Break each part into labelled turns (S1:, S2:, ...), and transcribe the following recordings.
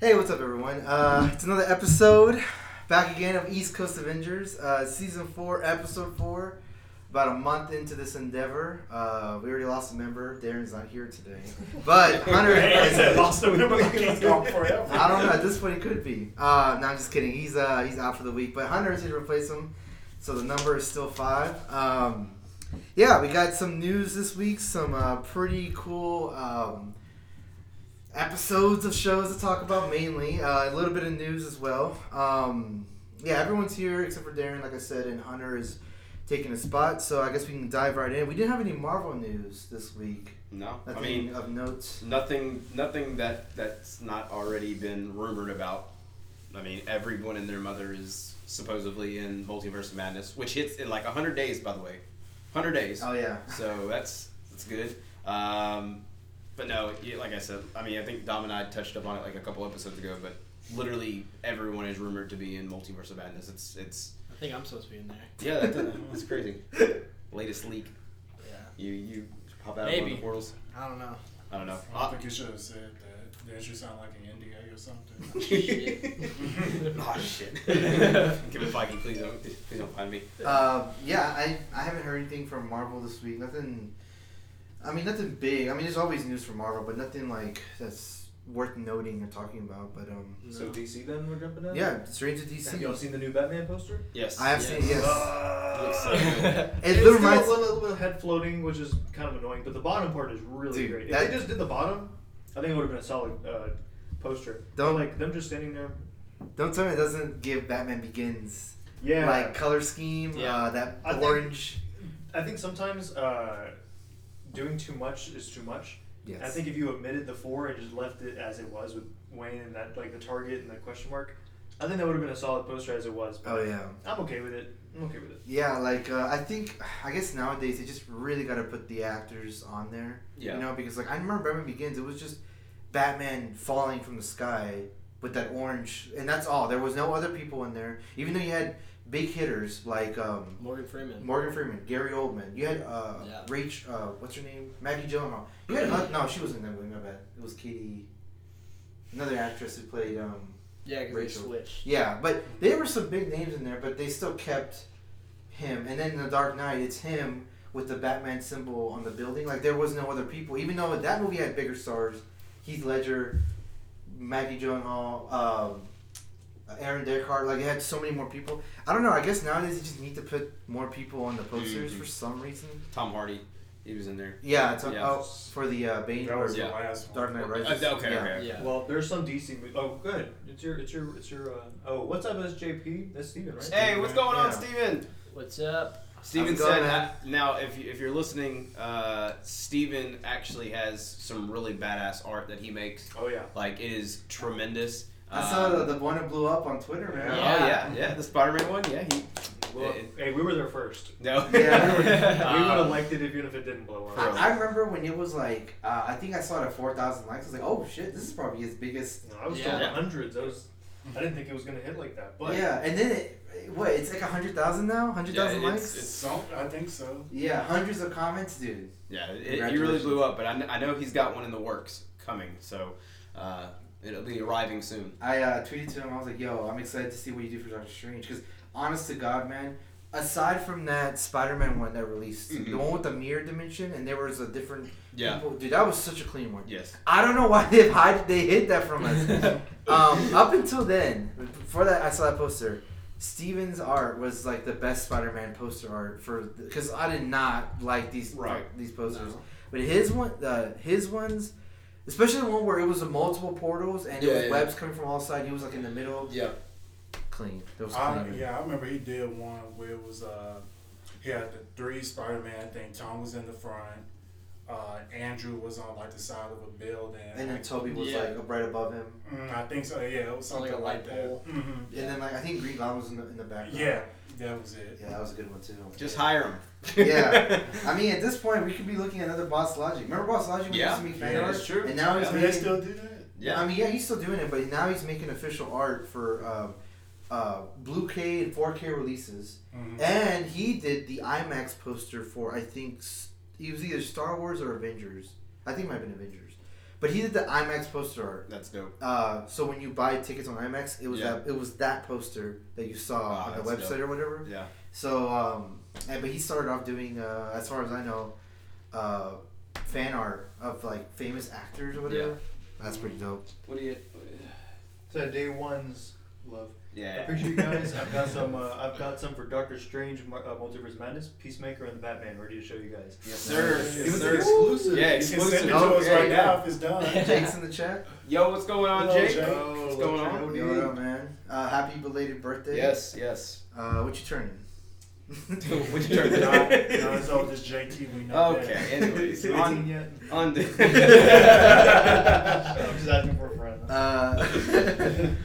S1: Hey, what's up, everyone? Uh, it's another episode back again of East Coast Avengers, uh, season four, episode four. About a month into this endeavor, uh, we already lost a member. Darren's not here today, but Hunter
S2: Hey, I said
S1: is.
S2: lost a member. He's gone forever.
S1: I don't know. At this point, it could be. Uh, no, I'm just kidding. He's uh, he's out for the week, but Hunter is here to replace him, so the number is still five. Um, yeah, we got some news this week. Some uh, pretty cool um, episodes of shows to talk about, mainly uh, a little bit of news as well. Um, yeah, everyone's here except for Darren, like I said, and Hunter is taking a spot. So I guess we can dive right in. We didn't have any Marvel news this week.
S3: No, I
S1: Nothing
S3: mean
S1: of note.
S3: nothing. Nothing that that's not already been rumored about. I mean, everyone and their mother is supposedly in Multiverse of Madness, which hits in like hundred days, by the way, hundred days.
S1: Oh yeah.
S3: So that's that's good. Um, but no, yeah, like I said, I mean, I think Dom and I touched up on it like a couple episodes ago, but literally everyone is rumored to be in Multiverse of Madness. It's it's
S4: I think I'm supposed to be in there.
S3: yeah, that, that's crazy. Latest leak.
S4: Yeah.
S3: You you hop out of one of
S4: Maybe.
S3: the portals.
S4: I don't know.
S3: I don't know.
S2: I don't think you should have said that. That should sound like an NDA or something.
S3: oh shit! Give it Feige, please don't, please don't find me.
S1: Uh, yeah, I, I haven't heard anything from Marvel this week. Nothing. I mean, nothing big. I mean, there's always news from Marvel, but nothing like that's worth noting or talking about. But um,
S5: So DC then we're jumping in.
S1: yeah, Strange to
S5: Have y'all
S1: DC.
S5: seen the new Batman poster?
S3: Yes,
S1: I have seen yes.
S3: Looks so good.
S1: It
S5: It's
S1: still
S5: still
S1: reminds-
S5: a little, little bit of head floating, which is kind of annoying, but the bottom part is really
S1: Dude,
S5: great.
S1: that-
S5: if they just did the bottom, I think it would have been a solid uh, poster. But,
S1: Don't-
S5: like them just standing there.
S1: Don't tell me it doesn't give Batman Begins
S5: Yeah,
S1: like color scheme.
S4: Yeah.
S1: Uh, that
S5: I think-
S1: orange.
S5: I think sometimes uh, doing too much is too much.
S1: Yes.
S5: I think if you omitted the four and just left it as it was with Wayne and that like the target and the question mark, I think that would have been a solid poster as it was. But
S1: Oh yeah.
S5: I'm okay with it. I'm okay with it.
S1: Yeah, like uh, I think I guess nowadays they just really got to put the actors on there.
S3: Yeah.
S1: You know, because like I remember Batman Begins, it was just Batman falling from the sky with that orange, and that's all. There was no other people in there. Even though you had big hitters like um,
S4: Morgan Freeman.
S1: Morgan Freeman, Gary Oldman, you had uh,
S4: Yeah.
S1: Rach, uh, what's her name, Maggie Gyllenhaal. You had uh, no, she wasn't in that movie. My bad. It was Katie, another actress who played um,
S4: Yeah, 'cause
S1: Rachel.
S4: they switched.
S1: yeah, but there were some big names in there, but they still kept him. And then in the Dark Knight, it's him with the Batman symbol on the building. Like there was no other people, even though that movie had bigger stars. Heath Ledger, Maggie Gyllenhaal, um, Aaron Eckhart. Like it had so many more people. I don't know. I guess nowadays you just need to put more people on the posters
S3: Mhm.
S1: for some reason.
S3: Tom Hardy, he was in there.
S1: Yeah, it's on
S3: Yeah.
S1: oh, for the uh, Bane
S2: That
S1: or
S2: was
S3: Yeah.
S2: the last one.
S1: Dark Knight Rises.
S3: Uh, okay,
S1: yeah.
S3: okay.
S4: Yeah.
S5: Well, there's some DC. mo- Oh, good. It's your, it's your, it's your. Uh, oh, what's up, SJP? That's Steven, right?
S3: Hey, what's going on,
S1: Yeah.
S3: Steven?
S4: What's up?
S3: Steven
S1: How's it going,
S3: said.
S1: man?
S3: I- now, if you, if you're listening, uh, Steven actually has some really badass art that he makes.
S5: Oh yeah.
S3: Like it is tremendous.
S1: I saw
S3: Um,
S1: the, the one that blew up on Twitter, man.
S3: Oh
S4: Yeah.
S3: yeah, yeah, the Spider-Man one. Yeah, he.
S5: Well,
S3: it-
S5: hey, we were there first.
S3: no.
S1: Yeah, we were-
S5: we would have
S3: Um,
S5: liked it if, even if it didn't blow
S3: For-
S5: up.
S1: I, I remember when it was like, uh, I think I saw it at 4,000 likes. I was like, oh shit, this is probably his biggest.
S5: No, I was
S4: Yeah.
S5: still in the
S3: Yeah.
S5: hundreds. I was. I didn't think it was gonna hit like that, but
S1: yeah, and then it, what, it's like 100,000 now? 100,000
S3: Yeah,
S1: likes?
S3: it's- it's-
S2: So, I think so.
S1: yeah, hundreds of comments, dude.
S3: Yeah, it, he really
S1: Congratulations.
S3: blew up, but I, kn- I know he's got one in the works coming, so uh, it'll be arriving soon.
S1: I uh, tweeted to him, I was like, yo, I'm excited to see what you do for Doctor Strange. Because, honest to God, man, aside from that Spider Man one that released, the
S3: Mhm.
S1: one with the mirror dimension, and there was a different.
S3: Yeah.
S1: People, dude, that was such a clean one.
S3: Yes.
S1: I don't know why they hide, they hid that from us. um, up until then, before that, I saw that poster. Steven's art was like the best Spider-Man poster art for because I did not like these
S3: Right.
S1: these posters, but his one, uh, his ones, especially the one where it was the multiple portals and it
S3: Yeah,
S1: was
S3: yeah.
S1: webs coming from all sides. He was like in the middle,
S3: Yeah.
S1: clean. That was
S2: I,
S1: clean.
S2: Ah, yeah, I remember he did one where it was uh, he had the three Spider-Man. I think Tom was in the front. Uh, Andrew was on like the side of a building.
S1: And then
S2: like,
S1: Toby was
S4: Yeah.
S1: like right above him,
S2: mm, I think so. Yeah, it was
S4: Sounds like
S2: something
S4: a light
S2: like, that.
S4: pole.
S2: Mhm.
S4: Yeah.
S1: and then like I think Green Goblin was in the, in the background.
S2: Yeah, that was it.
S1: yeah, that was a good one too.
S3: Just
S1: Yeah.
S3: hire him.
S1: Yeah. I mean, at this point, we could be looking at another Boss Logic. Remember Boss Logic? when he
S3: Yeah.
S1: used to make fan
S2: Yeah,
S1: art?
S2: that's true.
S1: And now he's
S3: Yeah.
S2: Do
S1: making.
S2: they still do that?
S3: yeah.
S1: I mean, yeah, he's still doing it, but now he's making official art for um, uh, Blue K and 4K releases.
S5: Mm-hmm.
S2: Mhm.
S1: And he did the IMAX poster for I think s- he was either Star Wars or Avengers. I think it might have been Avengers. But he did the IMAX poster art.
S3: That's dope.
S1: Uh, so when you buy tickets on IMAX, it was
S3: Yeah.
S1: that it was that poster that you saw
S3: Wow,
S1: on the
S3: that's
S1: website
S3: dope.
S1: or whatever.
S3: Yeah.
S1: So, um, and, but he started off doing, uh, as far as I know, uh, fan art of like famous actors or whatever.
S3: Yeah.
S1: That's pretty dope.
S3: What do you?
S5: So day one's love. I
S3: Yeah.
S5: appreciate you guys. I've got some. Uh, I've got some for Doctor Strange, Mar- uh, Multiverse Madness, Peacemaker, and the Batman ready to show you guys.
S3: Yes, sir.
S2: Yes,
S3: Yes,
S5: Give us
S3: sir.
S5: an exclusive.
S3: Yeah,
S2: You can send it
S3: exclusive.
S2: to us
S1: Okay.
S2: right now if it's done.
S1: Jake's in the chat.
S3: Yo, what's going on,
S2: Hello,
S3: Jake?
S2: Jake.
S3: What's going on?
S1: Yo, yo, man. Uh, happy belated birthday.
S3: Yes, yes.
S1: Uh, what you turning?
S3: What you
S2: no,
S3: turning?
S2: no, it's all just JT. We know
S3: Okay.
S2: that.
S3: Anyways, on
S5: yet?
S3: on.
S5: I'm just asking for a friend.
S1: Uh,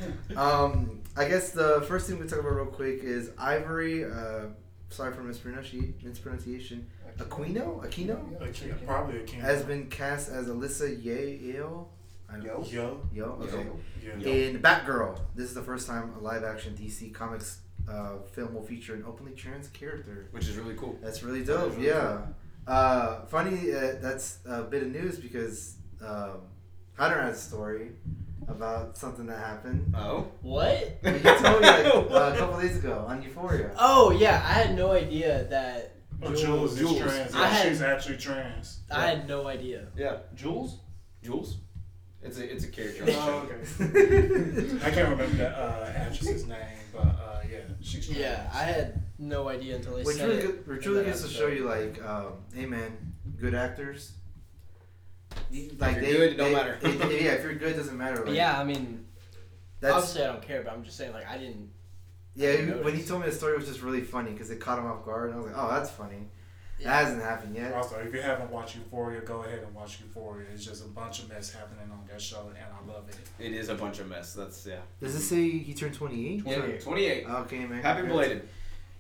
S1: um, I guess the first thing we talk about real quick is Ivory. Uh, sorry for mispronunciation. Mispronunciation. Aquino. Aquino
S2: A ki- probably a king.
S1: has been cast as Alyssa Ye Yo. I don't-
S5: Yo.
S2: Yo.
S1: Yo. Okay.
S2: Yeah.
S3: Yo.
S1: In Batgirl, this is the first time a live-action DC Comics uh, film will feature an openly trans character.
S3: Which is really cool.
S1: That's really
S3: That
S1: dope.
S3: is really
S1: yeah. Uh, funny, uh, that's a bit of news because um, Hunter has a story about something that happened.
S3: Oh.
S4: What?
S1: You told me like, uh, a couple days ago on Euphoria.
S4: Oh yeah, I had no idea that
S2: Oh,
S4: Jules.
S2: Jules is
S3: Jules.
S2: trans.
S4: I had-
S2: She's actually trans.
S4: I had no idea.
S3: Yeah.
S5: Jules?
S3: Jules. It's a it's a character. on the
S2: Oh,
S3: show.
S2: okay. I can't remember the uh, actress's name, but uh, yeah, she's trans.
S4: Yeah, I had no idea until they
S1: Which
S4: said
S1: really,
S4: it.
S1: good- which really
S4: And then
S1: gets
S4: I
S1: to
S4: was
S1: show you, like, um, hey man, good actors. You-
S3: If you're good, it don't
S1: they-
S3: matter.
S1: it- it- yeah, if you're good, it doesn't matter.
S4: But
S1: Like,
S4: yeah, I mean,
S1: that's
S4: obviously I don't care, but I'm just saying like I didn't.
S1: yeah.
S4: didn't
S1: he- When he
S4: notice.
S1: told me the story, it was just really funny because it caught him off guard, and I was like, oh, that's funny. That hasn't happened yet.
S2: Also, if you haven't watched Euphoria, go ahead and watch Euphoria. It's just a bunch of mess happening on that show, and I love it.
S3: It is a bunch of mess. That's yeah.
S1: Does it say he turned 28?
S3: Yeah, Twenty eight.
S1: Okay, man.
S3: Happy
S1: Congrats.
S3: belated.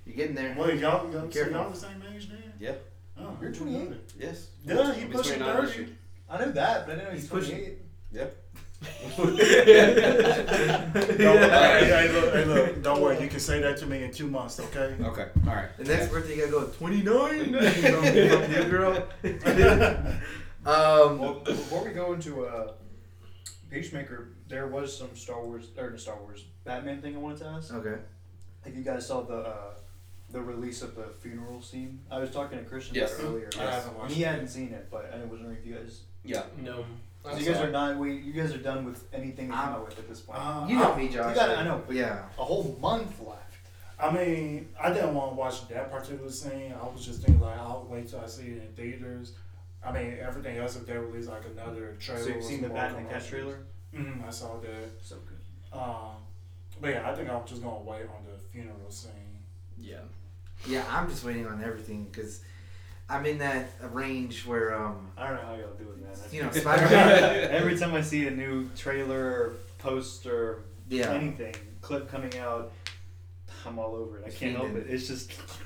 S1: You're getting there.
S2: Well, y'all, y'all, so
S1: Careful.
S2: y'all the same age then?
S3: Yeah.
S2: Oh,
S5: You're
S2: I didn't
S5: 28.
S2: know that.
S3: Yes.
S2: Yeah, he
S3: I'll be
S2: pushing
S3: 29 this
S2: 30.
S3: year.
S5: I know that, but I know he's,
S1: He's pushing-
S5: 28.
S2: Don't, worry.
S3: Yeah.
S2: hey, hey, look, hey, look, don't worry. You can say that to me in two months, okay?
S3: Okay. All right.
S1: The next birthday, you gotta go 29. New girl.
S5: Well,
S1: um,
S5: before we go into uh, Peacemaker, there was some Star Wars or Star Wars Batman thing I wanted to
S2: Uh-huh.
S5: ask.
S1: okay.
S5: If you guys saw the uh, the release of the funeral scene, I was talking to Christian
S3: Yes.
S5: about it earlier.
S2: I haven't watched
S5: He
S2: it.
S5: hadn't seen it, but I was wondering if you guys,
S3: Yeah.
S4: No.
S5: so you guys
S3: sorry.
S5: are not, we, you guys are done with anything to come
S2: I'm-
S5: out with at this point.
S2: Uh,
S1: You know me, Josh.
S5: gotta- I know.
S1: Yeah.
S5: a whole month left.
S2: I mean, I didn't want to watch that particular scene. I was just thinking like, I'll wait till I see it in theaters. I mean, everything else if they release like another trailer.
S5: So
S2: or
S5: you've seen
S2: some
S5: the
S2: more
S5: Batman Cat
S2: commercials.
S5: trailer?
S2: Mm, I saw that.
S5: So good.
S2: Um, but yeah, I think I'm just gonna wait on the funeral scene.
S4: Yeah.
S1: Yeah, I'm just waiting on everything because I'm in that range where, um,
S5: I don't know how y'all do it, man. That's-
S1: you know, Spider-Man.
S5: Every time I see a new trailer, poster,
S1: yeah.
S5: anything, clip coming out, I'm all over it. I can't help it. It's just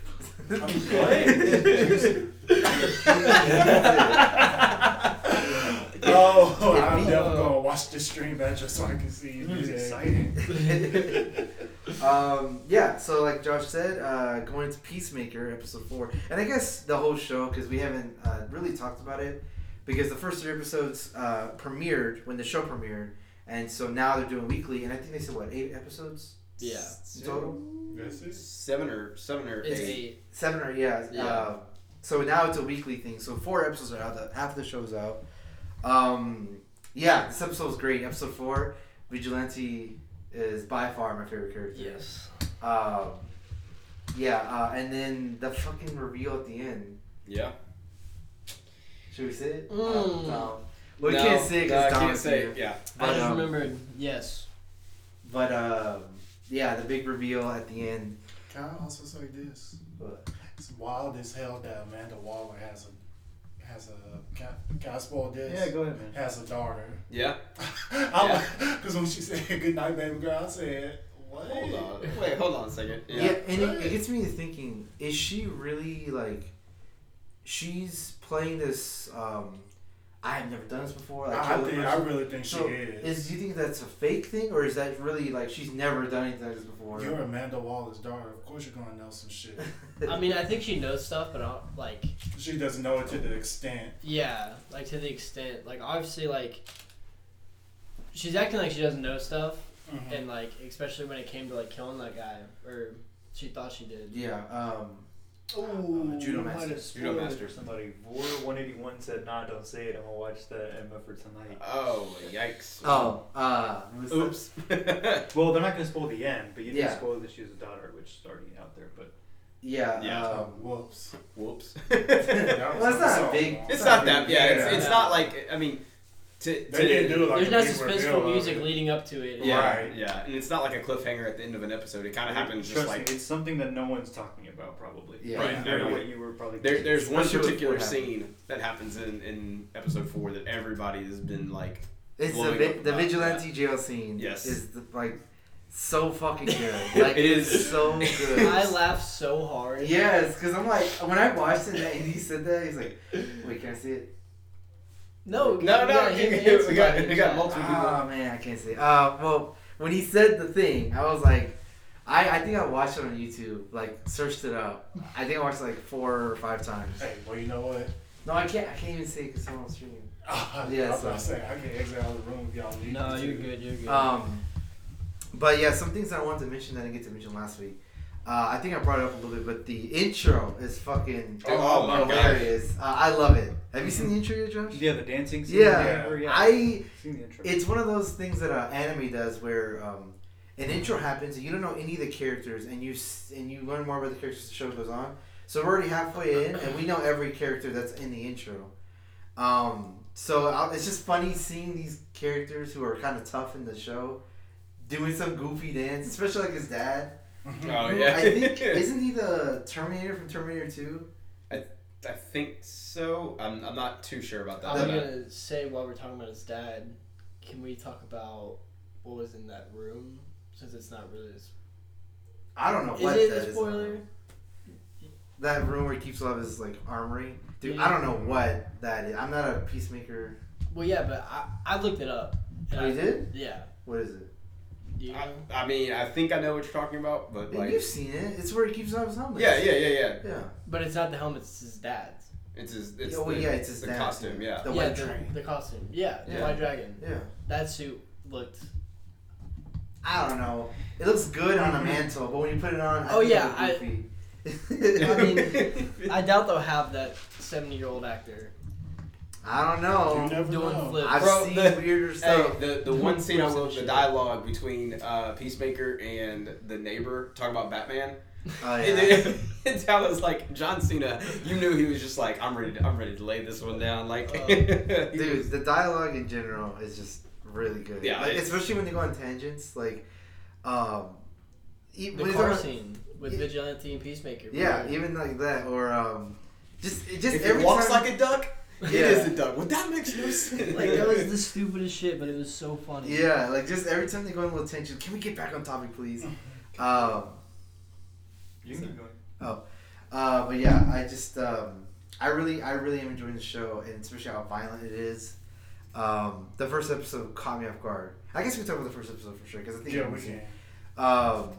S2: Oh,
S1: Get
S2: I'm
S1: me.
S2: never gonna watch this stream back just so I can see it.
S5: it's
S2: Yeah.
S5: exciting.
S1: um, yeah, so like Josh said, uh, going to Peacemaker episode four, and I guess the whole show because we haven't uh, really talked about it because the first three episodes uh, premiered when the show premiered, and so now they're doing weekly, and I think they said what eight episodes
S4: Yeah.
S1: in total,
S2: That's it.
S3: Seven or seven or
S4: It's
S3: eight.
S4: eight.
S1: seven or yeah.
S4: Yeah.
S1: Uh, so now it's a weekly thing. So four episodes are out. The, half the show's out. Um, yeah, this episode was great. Episode four, Vigilante is by far my favorite character.
S4: Yes.
S1: Um, yeah, uh, and then the fucking reveal at the end.
S3: Yeah.
S1: Should we say it?
S4: Mm.
S1: Um, um, well, we
S3: No,
S1: can't say it
S3: no, I
S1: because
S3: can't say it. Yeah.
S1: But,
S4: I just
S1: um,
S4: remembered. Yes.
S1: But um, yeah, the big reveal at the end.
S2: Can I also say this?
S1: What?
S2: It's wild as hell that Amanda Waller has a has a can, can I spoil this?
S5: Yeah, go ahead, man.
S2: Has a daughter.
S3: Yeah.
S2: Because when she said "Good night, baby girl," I said, "What?"
S3: Hold on. Wait. Hold on a second.
S1: Yeah, and it, it gets me to thinking: Is she really like? She's playing this. Um, I have never done this before. Like,
S2: I,
S1: kill the
S2: think, I
S1: person.
S2: really think she
S1: So,
S2: is.
S1: is do you think that's a fake thing, or is that really like she's never done anything like this before?
S2: You're Amanda Waller's daughter. Of course, you're gonna know some shit.
S4: I mean, I think she knows stuff, but I'll, like,
S2: she doesn't know it to the extent.
S4: yeah, like to the extent, like obviously, like she's acting like she doesn't know stuff,
S3: Mm-hmm.
S2: Mhm.
S4: and like especially when it came to like killing that guy, or she thought she did.
S1: Yeah. Um,
S5: Ooh,
S1: Judo
S5: Oh, you might
S1: Master.
S5: have spoiled
S3: Judo
S5: it
S3: Master.
S5: for somebody. Vor one eighty one said, "Nah, don't say it. I'm gonna watch the Emma for tonight."
S3: Oh, yikes.
S1: oh, uh,
S3: Oops.
S5: Well, they're not gonna spoil the end, but you did
S1: Yeah.
S5: spoil that she was a daughter, which is already out there. But
S1: yeah.
S3: Yeah.
S2: Oh,
S1: Um,
S2: whoops.
S3: Whoops.
S2: That was-
S1: Well, it's not
S2: so
S1: big.
S2: long.
S3: it's not that. Yeah, it's,
S2: Yeah.
S3: it's not like I mean, to, to
S2: They didn't do it like
S4: There's
S2: a
S4: not
S2: big reveal
S4: suspenseful
S2: of
S4: music
S2: it.
S4: leading up to it.
S3: Yeah,
S2: Right.
S3: yeah, and it's not like a cliffhanger at the end of an episode. It kind of happens just
S5: Trust
S3: like
S5: me, it's something that no one's talking about, probably.
S1: Yeah.
S5: Like,
S3: Right,
S5: I know
S3: right.
S5: what you were probably.
S3: There, there's one
S1: Especially with
S3: particular
S1: what happened.
S3: scene that happens in, in episode four that everybody has been like,
S1: It's the,
S3: blowing
S1: vi-
S3: up
S1: the
S3: about-
S1: vigilante jail scene.
S3: Yes.
S1: Is the, like so fucking good. Like
S3: It is.
S1: so good.
S4: I laughed so hard.
S1: Yes, because I'm like when I watched it and he said that he's like,
S3: oh,
S1: wait, can I see it?
S4: No,
S3: no, no,
S4: yeah, him and
S3: we got, we
S4: somebody.
S3: got multiple people.
S1: Oh man, I can't see it. Uh, well, when he said the thing, I was like, I, I think I watched it on YouTube. Like searched it up. I think I watched it like four or five times.
S2: Hey, well, you know what?
S1: No, I can't. I can't even see it because someone's streaming. Yeah,
S2: I was about
S1: so-
S2: to say, I can exit out of the room if y'all need
S4: No,
S2: me to.
S4: you're good. You're good.
S1: Um, but yeah, some things I wanted to mention that I didn't get to mention last week. Uh, I think I brought it up a little bit, but the intro is fucking
S3: Oh, my
S1: hilarious. Uh, I love it. Have you seen the intro yet, Josh?
S5: Yeah, the dancing scene.
S1: Yeah.
S5: or- yeah.
S1: I.
S5: I've seen the intro.
S1: It's one of those things that uh, anime does, where um, an intro happens and you don't know any of the characters, and you s- and you learn more about the characters as the show goes on. So we're already halfway in, and we know every character that's in the intro. Um, so i it's just funny seeing these characters who are kind of tough in the show doing some goofy dance, especially like his dad.
S2: Mm-hmm.
S3: Oh
S1: who
S3: yeah,
S1: I think isn't he the Terminator from Terminator Two?
S3: I think so. I'm, I'm not too sure about that.
S4: I'm
S3: but, uh,
S4: gonna say while we're talking about his dad, can we talk about what was in that room? Since it's not really. A sp-
S1: I don't know what
S4: is
S1: that
S4: it a
S1: is.
S4: spoiler?
S1: That room where he keeps all of his like armory. Dude, I don't know what that is. I'm not a peacemaker.
S4: Well, yeah, but I, I looked it up. and
S1: Oh, you
S4: I-
S1: did?
S4: Yeah.
S1: What is it?
S4: Do you
S3: I,
S4: know?
S3: I mean, I think I know what you're talking about, but
S1: Yeah,
S3: like,
S1: You've seen it. It's where he keeps all his helmets.
S3: yeah, yeah, yeah, yeah.
S1: yeah.
S4: But it's not the helmet. It's his dad's.
S3: It's his. It's
S1: oh,
S3: the,
S1: yeah, it's his
S3: the
S1: dad,
S3: costume.
S1: too.
S3: Yeah.
S1: The
S4: yeah,
S1: white
S4: the,
S1: train.
S4: the costume. Yeah, the
S3: Yeah.
S4: white dragon.
S1: Yeah.
S4: That suit looked.
S1: I don't know. It looks good on a mantle, but when you put it on, I
S4: Oh,
S1: think
S4: yeah, I-
S1: it's
S4: I
S1: goofy.
S4: mean- I doubt they'll have that seventy-year-old actor
S1: I don't
S2: You
S1: know.
S2: never
S4: doing
S2: know.
S4: flips.
S1: I've
S3: Bro,
S1: seen
S3: the-
S1: weirder
S3: Hey,
S1: stuff.
S3: the, the one scene I will, the
S4: Shit.
S3: dialogue between uh, Peacemaker and the neighbor talking about Batman.
S1: oh yeah.
S3: It, it's how it's like John Cena. You knew he was just like, I'm ready. To, I'm ready to lay this one down. Like,
S4: Uh,
S3: he
S1: Dude,
S3: was-
S1: the dialogue in general is just really good.
S3: Yeah,
S1: Like,
S3: it's-
S1: especially when they go on tangents, like, um, e-
S4: The
S1: when they
S4: car
S1: talk-
S4: scene with
S1: Yeah.
S4: Vigilante and Peacemaker.
S1: Yeah,
S4: right?
S1: even like that, or um, just it just
S3: if
S1: every
S3: he walks
S1: time,
S3: like a duck, he
S1: Yeah.
S3: is a duck. Well, that makes no sense.
S4: like that was the stupidest shit, but it was so funny.
S1: yeah, like just every time they go on a little tangent. Can we get back on topic, please? um,
S5: you can keep going.
S1: Uh, but yeah, I just um, I really I really am enjoying the show, and especially how violent it is. Um, the first episode caught me off guard. I guess we can talk about the first episode for sure because I think
S2: Yeah,
S1: it
S2: we
S1: was-
S2: can.
S1: Um,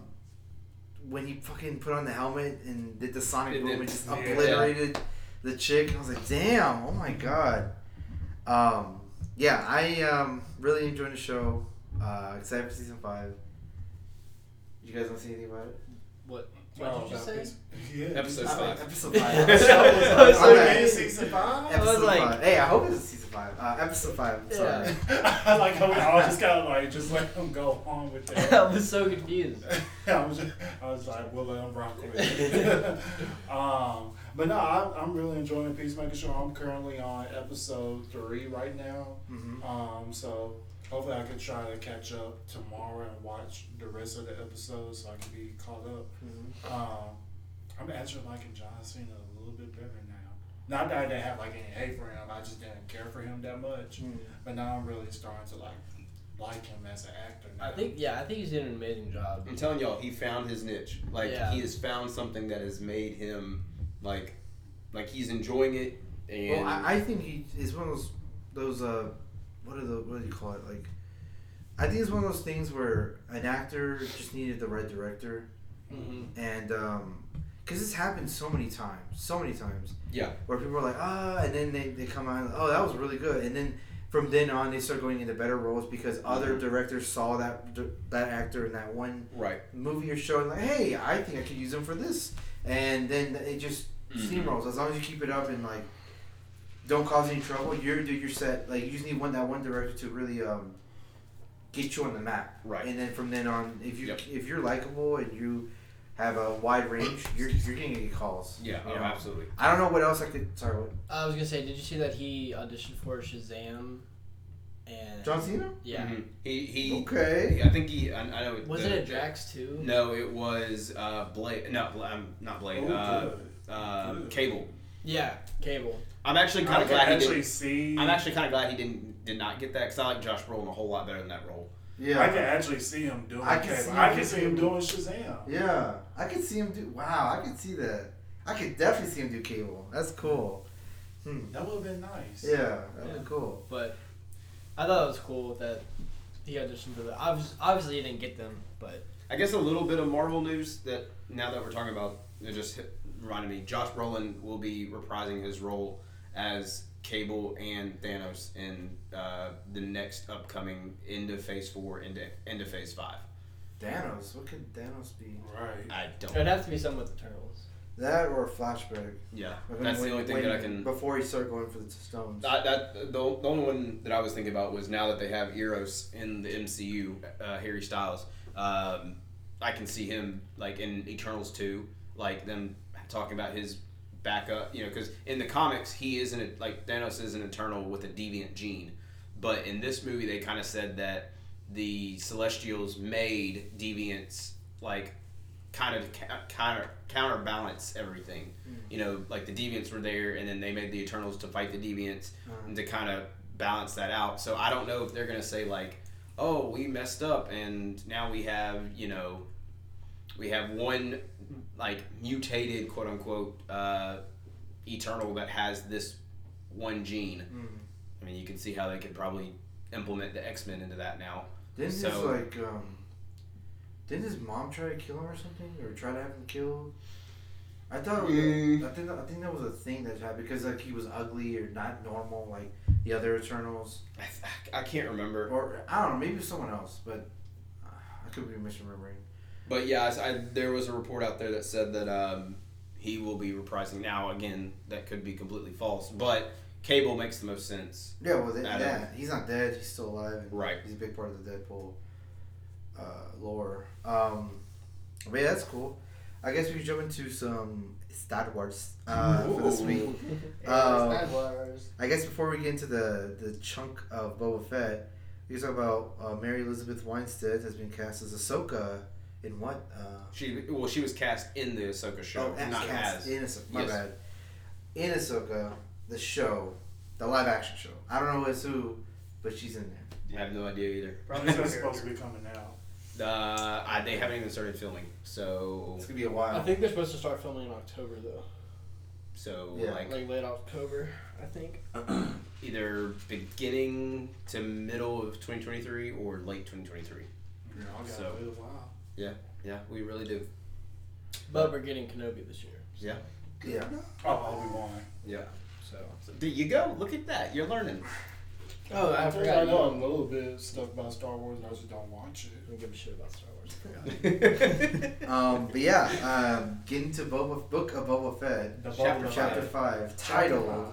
S1: when he fucking put on the helmet and did the sonic
S3: It
S1: boom
S3: did.
S1: and just
S2: Yeah.
S1: obliterated the chick, and I was like, damn, oh my god. Um, yeah, I um really enjoying the show. Uh, excited for season five. You guys want to say anything about it?
S4: What?
S3: Oh,
S4: What did you
S2: that
S4: say?
S2: piece- Oh, Yeah.
S3: Episode
S1: Uh,
S3: five.
S1: Episode
S4: I
S1: five.
S4: was
S2: Oh,
S4: like-
S2: it is season
S4: I
S2: five?
S4: was
S1: Episode
S4: like-
S1: five. Hey, I hope it's season five. Uh, episode five. I'm sorry.
S4: Yeah.
S2: I like how we all just kind of like just let him go on with
S4: I
S2: that.
S4: was so confused.
S2: I was, I was like, we'll let him rock with it. um, but no, I, I'm really enjoying Peacemaker Show. I'm currently on episode three right now.
S1: Mhm.
S2: Um, so hopefully I can try to catch up tomorrow and watch the rest of the episodes so I can be caught up. Um, I'm actually liking John Cena a little bit better now. Not that I didn't have like any hate for him, I just didn't care for him that much.
S1: Mhm.
S2: But now I'm really starting to like like him as an actor. Now.
S4: I think yeah, I think he's doing an amazing job.
S3: I'm telling y'all, he found his niche. Like
S4: Yeah.
S3: he has found something that has made him like, like he's enjoying it. And
S1: Well, I, I think he is one of those those uh what are the what do you call it like I think it's one of those things where an actor just needed the right director
S3: Mm-hmm.
S4: Mhm.
S1: and um because this happened so many times so many times
S3: Yeah.
S1: where people are like ah and then they, they come out and, oh that was really good and then from then on they started going into better roles because
S3: Mm-hmm.
S1: other directors saw that that actor in that one
S3: Right.
S1: movie or show and like, hey, I think I could use him for this, and then it just
S3: Mhm.
S1: steamrolls. As long as you keep it up and like don't cause any trouble, you're dude, you're set. Like you just need one that one director to really um get you on the map,
S3: Right.
S1: And then from then on, if you
S3: Yep.
S1: if you're likable and you have a wide range, you're you're gonna get calls.
S3: Yeah.
S1: you
S3: Oh,
S1: know?
S3: absolutely.
S1: I don't know what else I could. Sorry, what?
S4: I was gonna say, did you see that he auditioned for Shazam? And
S1: John Cena.
S4: Yeah.
S3: Mhm. He he.
S1: Okay.
S3: I think he. I, I know.
S4: Was
S3: the-
S4: it a Drax too?
S3: No, it was uh, Blade. No, Bla- I'm not Blade.
S2: Oh,
S3: uh,
S2: good.
S3: uh,
S2: Good.
S3: Cable.
S4: Yeah, Cable.
S3: I'm actually kind
S2: I
S3: of
S2: can
S3: glad he
S2: actually
S3: didn't.
S2: see.
S3: I'm actually kind of glad he didn't did not get that because I like Josh Brolin a whole lot better than that role.
S1: Yeah.
S2: I can actually see him doing.
S1: I can
S2: Cable.
S1: see
S2: I
S1: him
S2: can see him
S1: doing-
S2: doing Shazam.
S1: Yeah, I could see him do. Wow, I could see that. I could definitely see him do cable. That's cool. Hmm.
S2: That would have been nice.
S1: Yeah, that'd
S4: Yeah.
S1: be cool.
S4: But I thought it was cool that he auditioned for that. Obviously, obviously he didn't get them, but
S3: I guess a little bit of Marvel news that now that we're talking about it just hit, reminded me. Josh Brolin will be reprising his role as Cable and Thanos in uh, the next upcoming end of Phase Four, end of, end of Phase Five.
S1: Thanos, what could Thanos be?
S2: Right.
S3: I
S4: it'd
S3: don't.
S4: have to be something with Eternals.
S1: That or a flashback.
S3: Yeah,
S1: Of him
S3: that's the
S1: when-
S3: only thing that I
S1: when-
S3: can.
S1: Before he started going for the stones.
S3: I, that the, the only one that I was thinking about was now that they have Eros in the MCU, uh, Harry Styles. Um, I can see him like in Eternals two, like them talking about his backup. You know, because in the comics he isn't like Thanos is an Eternal with a deviant gene, but in this movie they kind of said that the Celestials made deviants like kind of ca- counter counterbalance everything. You know, like the deviants were there, and then they made the Eternals to fight the deviants and to kind of balance that out. So I don't know if they're gonna say like, "Oh, we messed up, and now we have you know, we have one like mutated quote unquote uh, Eternal that has this one gene."
S1: Mm.
S3: I mean, you can see how they could probably implement the X Men into that now.
S1: Didn't his
S3: so-
S1: like um, didn't his mom try to kill him or something, or try to have him killed? I thought it was,
S3: Mm.
S1: I think that, I think that was a thing that happened because like he was ugly or not normal like the other Eternals,
S3: I, I can't remember.
S1: or I don't know, maybe it was someone else, but uh, I could be misremembering.
S3: But yeah, I, I- there was a report out there that said that um, he will be reprising. Now, again, that could be completely false, but Cable makes the most sense.
S1: Yeah, well, that,
S3: Adam.
S1: yeah, he's not dead. He's still alive. And
S3: Right.
S1: He's a big part of the Deadpool uh, lore. Um, but yeah, that's cool. I guess we can jump into some Star Wars uh, for this
S3: Ooh.
S1: week.
S4: Yeah,
S1: Uh,
S4: Star Wars.
S1: I guess before we get into the, the chunk of Boba Fett, we can talk about uh, Mary Elizabeth Winstead has been cast as Ahsoka in what? Uh,
S3: She well, she was cast in the Ahsoka show,
S1: oh, as,
S3: not
S1: cast
S3: as.
S1: in Ahsoka. My
S3: Yes.
S1: bad. In Ahsoka, the show, the live action show. I don't know who is who, but she's in there.
S3: I have no idea either.
S5: Probably
S2: This
S5: some
S2: is supposed to
S5: character.
S2: be coming out.
S3: Uh, I, they haven't even started filming, so
S1: It's gonna be a
S4: I
S1: while.
S4: think they're supposed to start filming in October though,
S3: so
S1: Yeah.
S3: like
S4: like late October, I think.
S3: either beginning to middle of 2023 or late 2023.
S2: You know,
S4: Oh,
S2: I got
S3: So-
S2: a little while.
S3: Yeah, we really do.
S4: But we're getting Kenobi this year.
S3: Yeah.
S1: yeah.
S2: Oh, Obi Wan.
S3: Yeah.
S4: So.
S3: So, there you go. Look at that. You're learning.
S4: Oh, I
S2: think
S4: forgot.
S2: I know
S4: you-
S2: a little bit of stuff about Star Wars. I just don't watch it.
S4: I don't give a shit about Star Wars. I forgot.
S1: Um, but yeah, um, getting to Boba Book of Boba Fett,
S2: The
S3: Chapter
S2: Boba
S1: chapter
S2: Fett.
S1: five, titled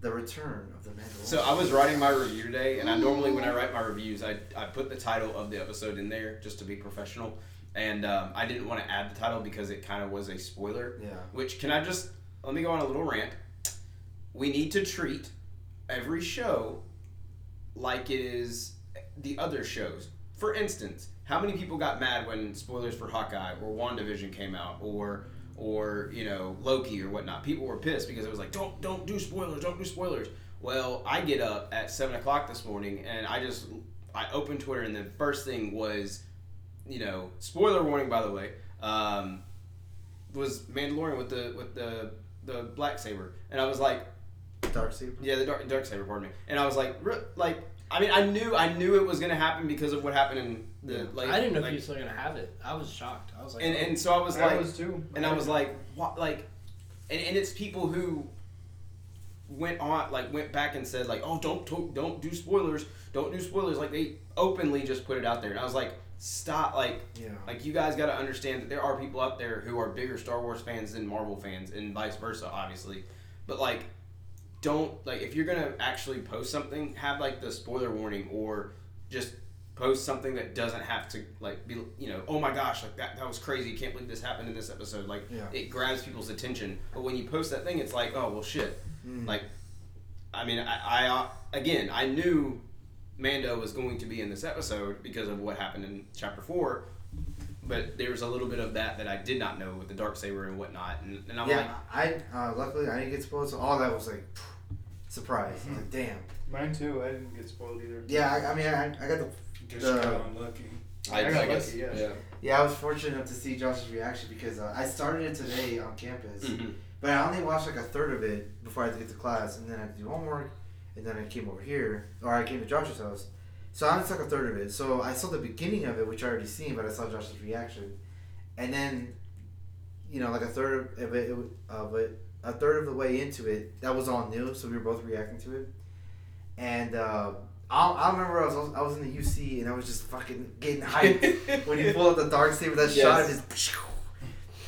S1: "The Return of the Mandalorian."
S3: So I was writing my review today, and I normally when I write my reviews, I, I put the title of the episode in there just to be professional, and um, I didn't want to add the title because it kind of was a spoiler.
S1: yeah,
S3: Which can I just let me go on a little rant? We need to treat every show like it is the other shows. For instance, how many people got mad when spoilers for Hawkeye or WandaVision came out or or you know Loki or whatnot? People were pissed because it was like don't don't do spoilers, don't do spoilers. Well, I get up at seven o'clock this morning and I just I opened Twitter and the first thing was you know spoiler warning by the way. Um, was Mandalorian with the with the the black saber, and I was like,
S1: dark saber.
S3: yeah, the dark, dark saber, pardon me, and I was like, "Re- like, I mean, I knew I knew it was gonna happen because of what happened in the like.
S4: I didn't know
S3: like,
S4: if he was still gonna have it. I was shocked. I was like,
S3: And
S4: oh.
S3: and so I was
S5: I
S3: like,
S5: was too.
S3: and I was like, what, like, and, and it's people who went on like went back and said like, oh don't to- don't do spoilers, don't do spoilers. Like they openly just put it out there, and I was like, stop, like
S1: Yeah.
S3: like you guys got to understand that there are people out there who are bigger Star Wars fans than Marvel fans, and vice versa, obviously. But like, don't like if you're gonna actually post something, have like the spoiler warning, or just post something that doesn't have to like be you know, oh my gosh, like that that was crazy, can't believe this happened in this episode. Like
S1: Yeah.
S3: it grabs people's attention, but when you post that thing, it's like, oh well, shit.
S1: Mm.
S3: Like, I mean, I, I uh, again, I knew Mando was going to be in this episode because of what happened in Chapter Four, but there was a little bit of that that I did not know with the dark saber and whatnot, and, and I'm like,
S1: yeah, I uh, luckily I didn't get spoiled, so all that was like surprise. I was like, damn.
S5: Mine too. I didn't get spoiled either.
S1: Yeah, I, I mean, I, I got the.
S2: Just
S1: The-
S2: got unlucky.
S5: I got lucky, yeah.
S1: Yeah, I was fortunate enough to see Josh's reaction because uh, I started it today on campus,
S3: Mhm.
S1: but I only watched like a third of it before I had to get to class, and then I had to do homework, and then I came over here, or I came to Josh's house. So I only saw like a third of it. So I saw the beginning of it, which I already seen, but I saw Josh's reaction, and then, you know, like a third of it, of it, a third of the way into it, that was all new. So we were both reacting to it, and. Uh, I, I remember I was I was in the UC and I was just fucking getting hyped when he pulled out the dark saber, that shot of his.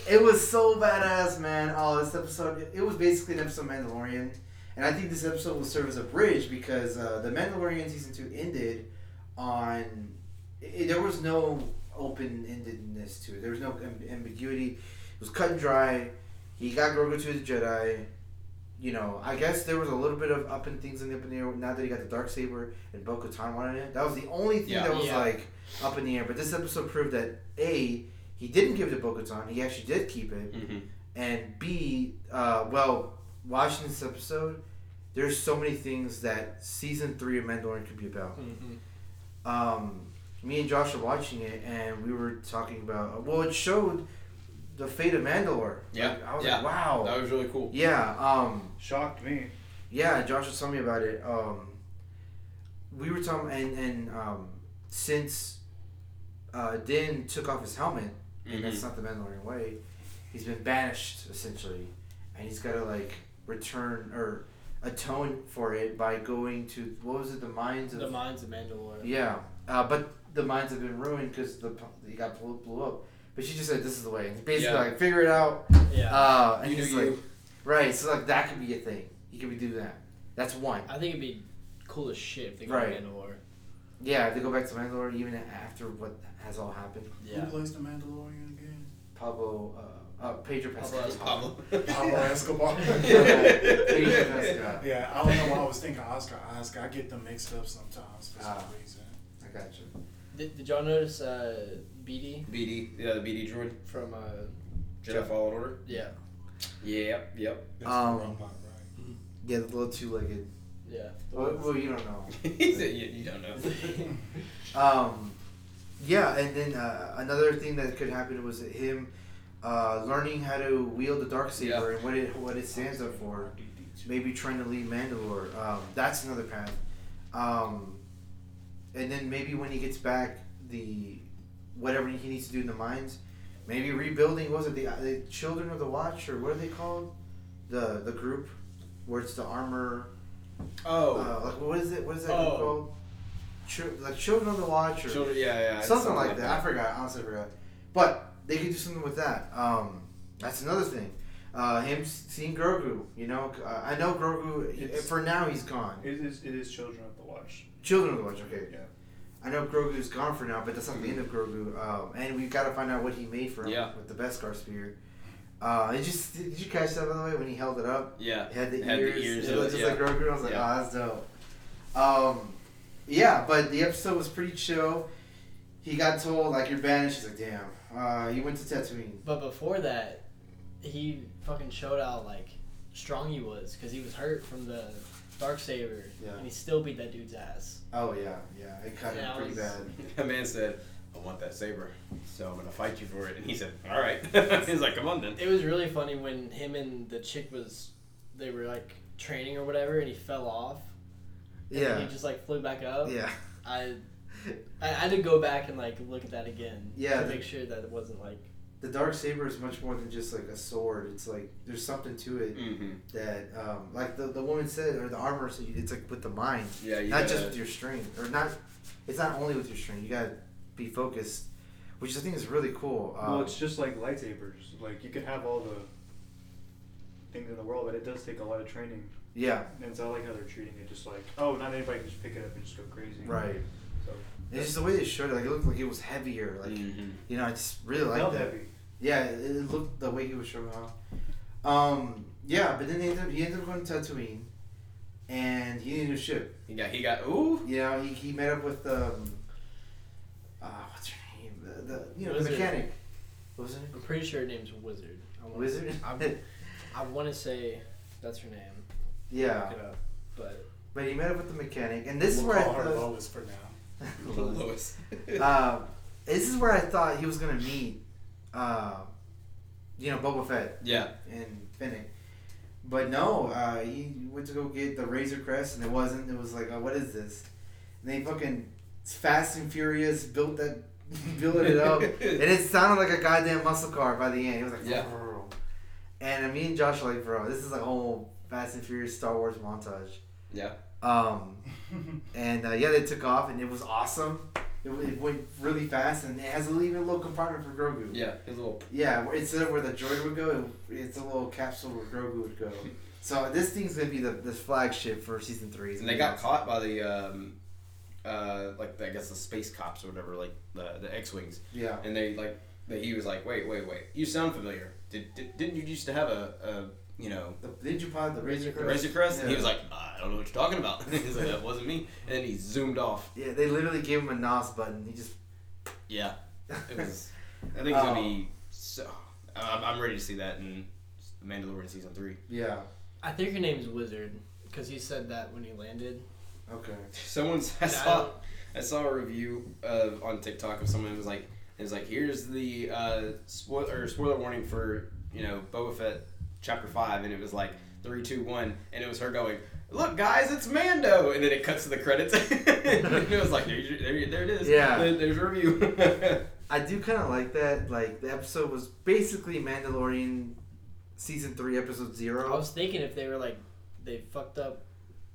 S1: It was so badass, man. Oh, this episode. It, it was basically an episode of Mandalorian, and I think this episode will serve as a bridge because uh, the Mandalorian season two ended on. It, there was no open endedness to it. There was no amb- ambiguity. It was cut and dry. He got Grogu to the Jedi. You know, I guess there was a little bit of up and things in the up in the air now that he got the dark saber and Bo Katan wanted it. That was the only thing
S3: Yeah.
S1: that was
S4: Yeah.
S1: like up in the air. But this episode proved that a he didn't give it to Bo-Katan. He actually did keep it.
S3: hmm
S1: And b uh, well, watching this episode, there's so many things that season three of Mandalorian could be about.
S4: Mm-hmm.
S1: Um, me and Josh were watching it, and we were talking about well, it showed the fate of Mandalore.
S3: Yeah,
S1: Like, I was
S3: yeah.
S1: like, wow.
S3: That was really cool.
S1: yeah. Um.
S5: Shocked me.
S1: Yeah, Josh was telling me about it. Um, we were talking, and and um, since uh, Din took off his helmet,
S3: Mm-hmm.
S1: and that's not the Mandalorian way, he's been banished essentially, and he's got to like return or atone for it by going to what was it, the mines of
S4: The Minds of Mandalore.
S1: yeah, uh, but the mines have been ruined because the pu- he got blew, blew up. But she just said this is the way. It's basically
S3: Yeah.
S1: like figure it out.
S4: Yeah.
S1: Uh, and
S3: You do
S1: he's
S3: you.
S1: like, right. So like that could be a thing. He could be do that. That's one.
S4: I think it'd be cool as shit if they got
S1: Right.
S4: Mandalore.
S1: Yeah, if they go back to Mandalore even after what has all happened.
S4: Yeah.
S2: Who plays the Mandalorian again?
S1: Pablo, uh, uh, Pedro Pascal.
S3: Pablo.
S2: Pablo Escobar.
S1: Pedro Pascal.
S2: yeah, I don't know why I was thinking Oscar. Oscar, I get them mixed up sometimes for some
S1: Ah.
S2: reason.
S1: I got you.
S4: Did, did y'all notice uh, BD
S3: BD, yeah, the BD droid,
S4: from uh,
S3: Jedi Fallen Order.
S4: yeah
S3: Yep, yep.
S2: That's
S1: Um,
S2: the robot, right?
S1: Yeah, the little two-legged.
S4: yeah the
S1: Well,
S4: ones-
S1: well, you don't know.
S3: he said, you, you don't know.
S1: Um, yeah, and then uh, another thing that could happen was that him uh, learning how to wield the dark saber and what it what it stands up for. Maybe trying to lead Mandalore. Um, that's another path. Um, and then maybe when he gets back, the whatever he needs to do in the mines, maybe rebuilding was it the, uh, the Children of the Watch or what are they called? The the group where it's the armor.
S3: Oh,
S1: Uh, like what is it? What is that group
S3: Oh.
S1: called? Chil- like Children of the Watch or
S3: children, yeah, yeah, it's
S1: something like that. I forgot. I honestly forgot. But they could do something with that. Um, that's another thing. Uh, him s- seeing Grogu. You know, uh, I know Grogu. he-
S5: It's-
S1: for now, he's gone.
S5: It is. It is Children of the Watch.
S1: Children of the Watch. Okay.
S5: Yeah.
S1: I know Grogu's gone for now, but that's not the end of Grogu. Um, and we've got to find out what he made for him
S3: Yeah.
S1: with the Beskar spear. Uh, did you s- did you catch that by the way when he held it up?
S3: Yeah.
S1: It had the
S3: It had the
S1: ears.
S3: ears
S1: it
S3: of
S1: looked
S3: it,
S1: just like
S3: yeah.
S1: Grogu. I was like,
S3: Yeah.
S1: oh, that's dope. Um, yeah, but the episode was pretty chill. He got told like you're banished. He's like, damn. Uh, he went to Tatooine.
S4: but before that he fucking showed how like strong he was because he was hurt from the dark saber
S1: Yeah.
S4: and he still beat that dude's ass
S1: Oh yeah, yeah. It cut
S4: Yeah,
S1: him
S4: I
S1: pretty
S4: was-
S1: bad.
S3: A man said, I want that saber, so I'm going to fight you for it. And he said, All right. He's like, Come on then.
S4: it was really funny when him and the chick was they were like training or whatever and he fell off and
S1: Yeah,
S4: he just like flew back up
S1: yeah.
S4: I, I I had to go back and like look at that again
S1: Yeah,
S4: to
S1: the-
S4: make sure that it wasn't like
S1: the dark saber is much more than just like a sword. It's like there's something to it
S3: Mm-hmm.
S1: that, um, like the, the woman said, or the armor. So you- it's like with the mind,
S3: Yeah, you
S1: not
S3: gotta-
S1: just with your strength, or not. It's not only with your strength. You gotta be focused, which I think is really cool. Um,
S5: well, it's just like lightsabers. Like you can have all the things in the world, but it does take a lot of training.
S1: yeah,
S5: And so I like how they're treating it just like, oh, not anybody can just pick it up and just go crazy.
S1: right.
S5: So
S1: It's just the way they showed it. Like it looked like it was heavier. Like
S3: Mhm.
S1: you know, I just really like
S5: felt
S1: that.
S5: heavy.
S1: Yeah, it, it looked the way he was showing off. Um, yeah, but then they ended up, he ended up going to Tatooine, and he needed a ship.
S3: He got, he got, ooh.
S1: You know, he, he met up with um, uh, what's her name? The, the you know the
S4: Wizard.
S1: mechanic. What was her name?
S4: I'm pretty sure her name's Wizard. I wanna-
S1: Wizard.
S4: I, I want to say that's her name.
S1: yeah,
S4: Look it up. But
S1: but he met up with the mechanic, and this is
S2: we'll
S1: where I
S2: call her
S1: thought.
S2: Lois for now.
S3: Lois.
S1: uh, this is where I thought he was gonna meet, uh, you know, Boba Fett.
S3: yeah.
S1: and Finnick. But no, uh, he went to go get the Razor Crest, and it wasn't. It was like, uh, what is this? And they fucking Fast and Furious built that, built it up, and it sounded like a goddamn muscle car by the end. It was like,
S3: Yeah.
S1: "Vroom." And me and Josh are like, bro, this is a whole Fast and Furious Star Wars montage.
S3: Yeah.
S1: Um, and uh, yeah, they took off, and it was awesome. It, it went really fast, and it has a even little compartment for Grogu.
S3: Yeah. His little.
S1: Yeah, where- instead of where the droid would go, it- it's a little capsule where Grogu would go. So this thing's gonna be the this flagship for season three.
S3: And they got caught by the, um, uh, like, I guess the space cops or whatever, like the, the X Wings.
S1: Yeah,
S3: And they, like, that he was like, wait, wait, wait. You sound familiar. Did, did, didn't you used to have a, a you know,
S1: the Digipod, the Razor Crest.
S3: Razor Crest? And he
S1: Yeah.
S3: was like, I don't know what you're talking about. He's like, that wasn't me. And then he zoomed off.
S1: Yeah, they literally gave him a NOS button. He just.
S3: Yeah. It was. I think it's gonna
S1: Oh.
S3: be so. I'm, I'm ready to see that in Mandalorian season three.
S1: yeah.
S4: I think her name's Wizard because he said that when he landed.
S1: Okay.
S3: Someone's I
S4: And I
S3: saw
S4: don't-
S3: I saw a review of on TikTok of someone who was like it was like here's the uh, spoiler spoiler warning for you know Boba Fett chapter five and it was like three two one and it was her going look guys it's Mando and then it cuts to the credits and it was like there, you- there, you- there it is
S1: Yeah.
S3: There- there's a review
S1: I do kind of like that. Like the episode was basically Mandalorian, season three, episode
S4: I
S1: zero.
S4: was thinking if they were like they fucked up,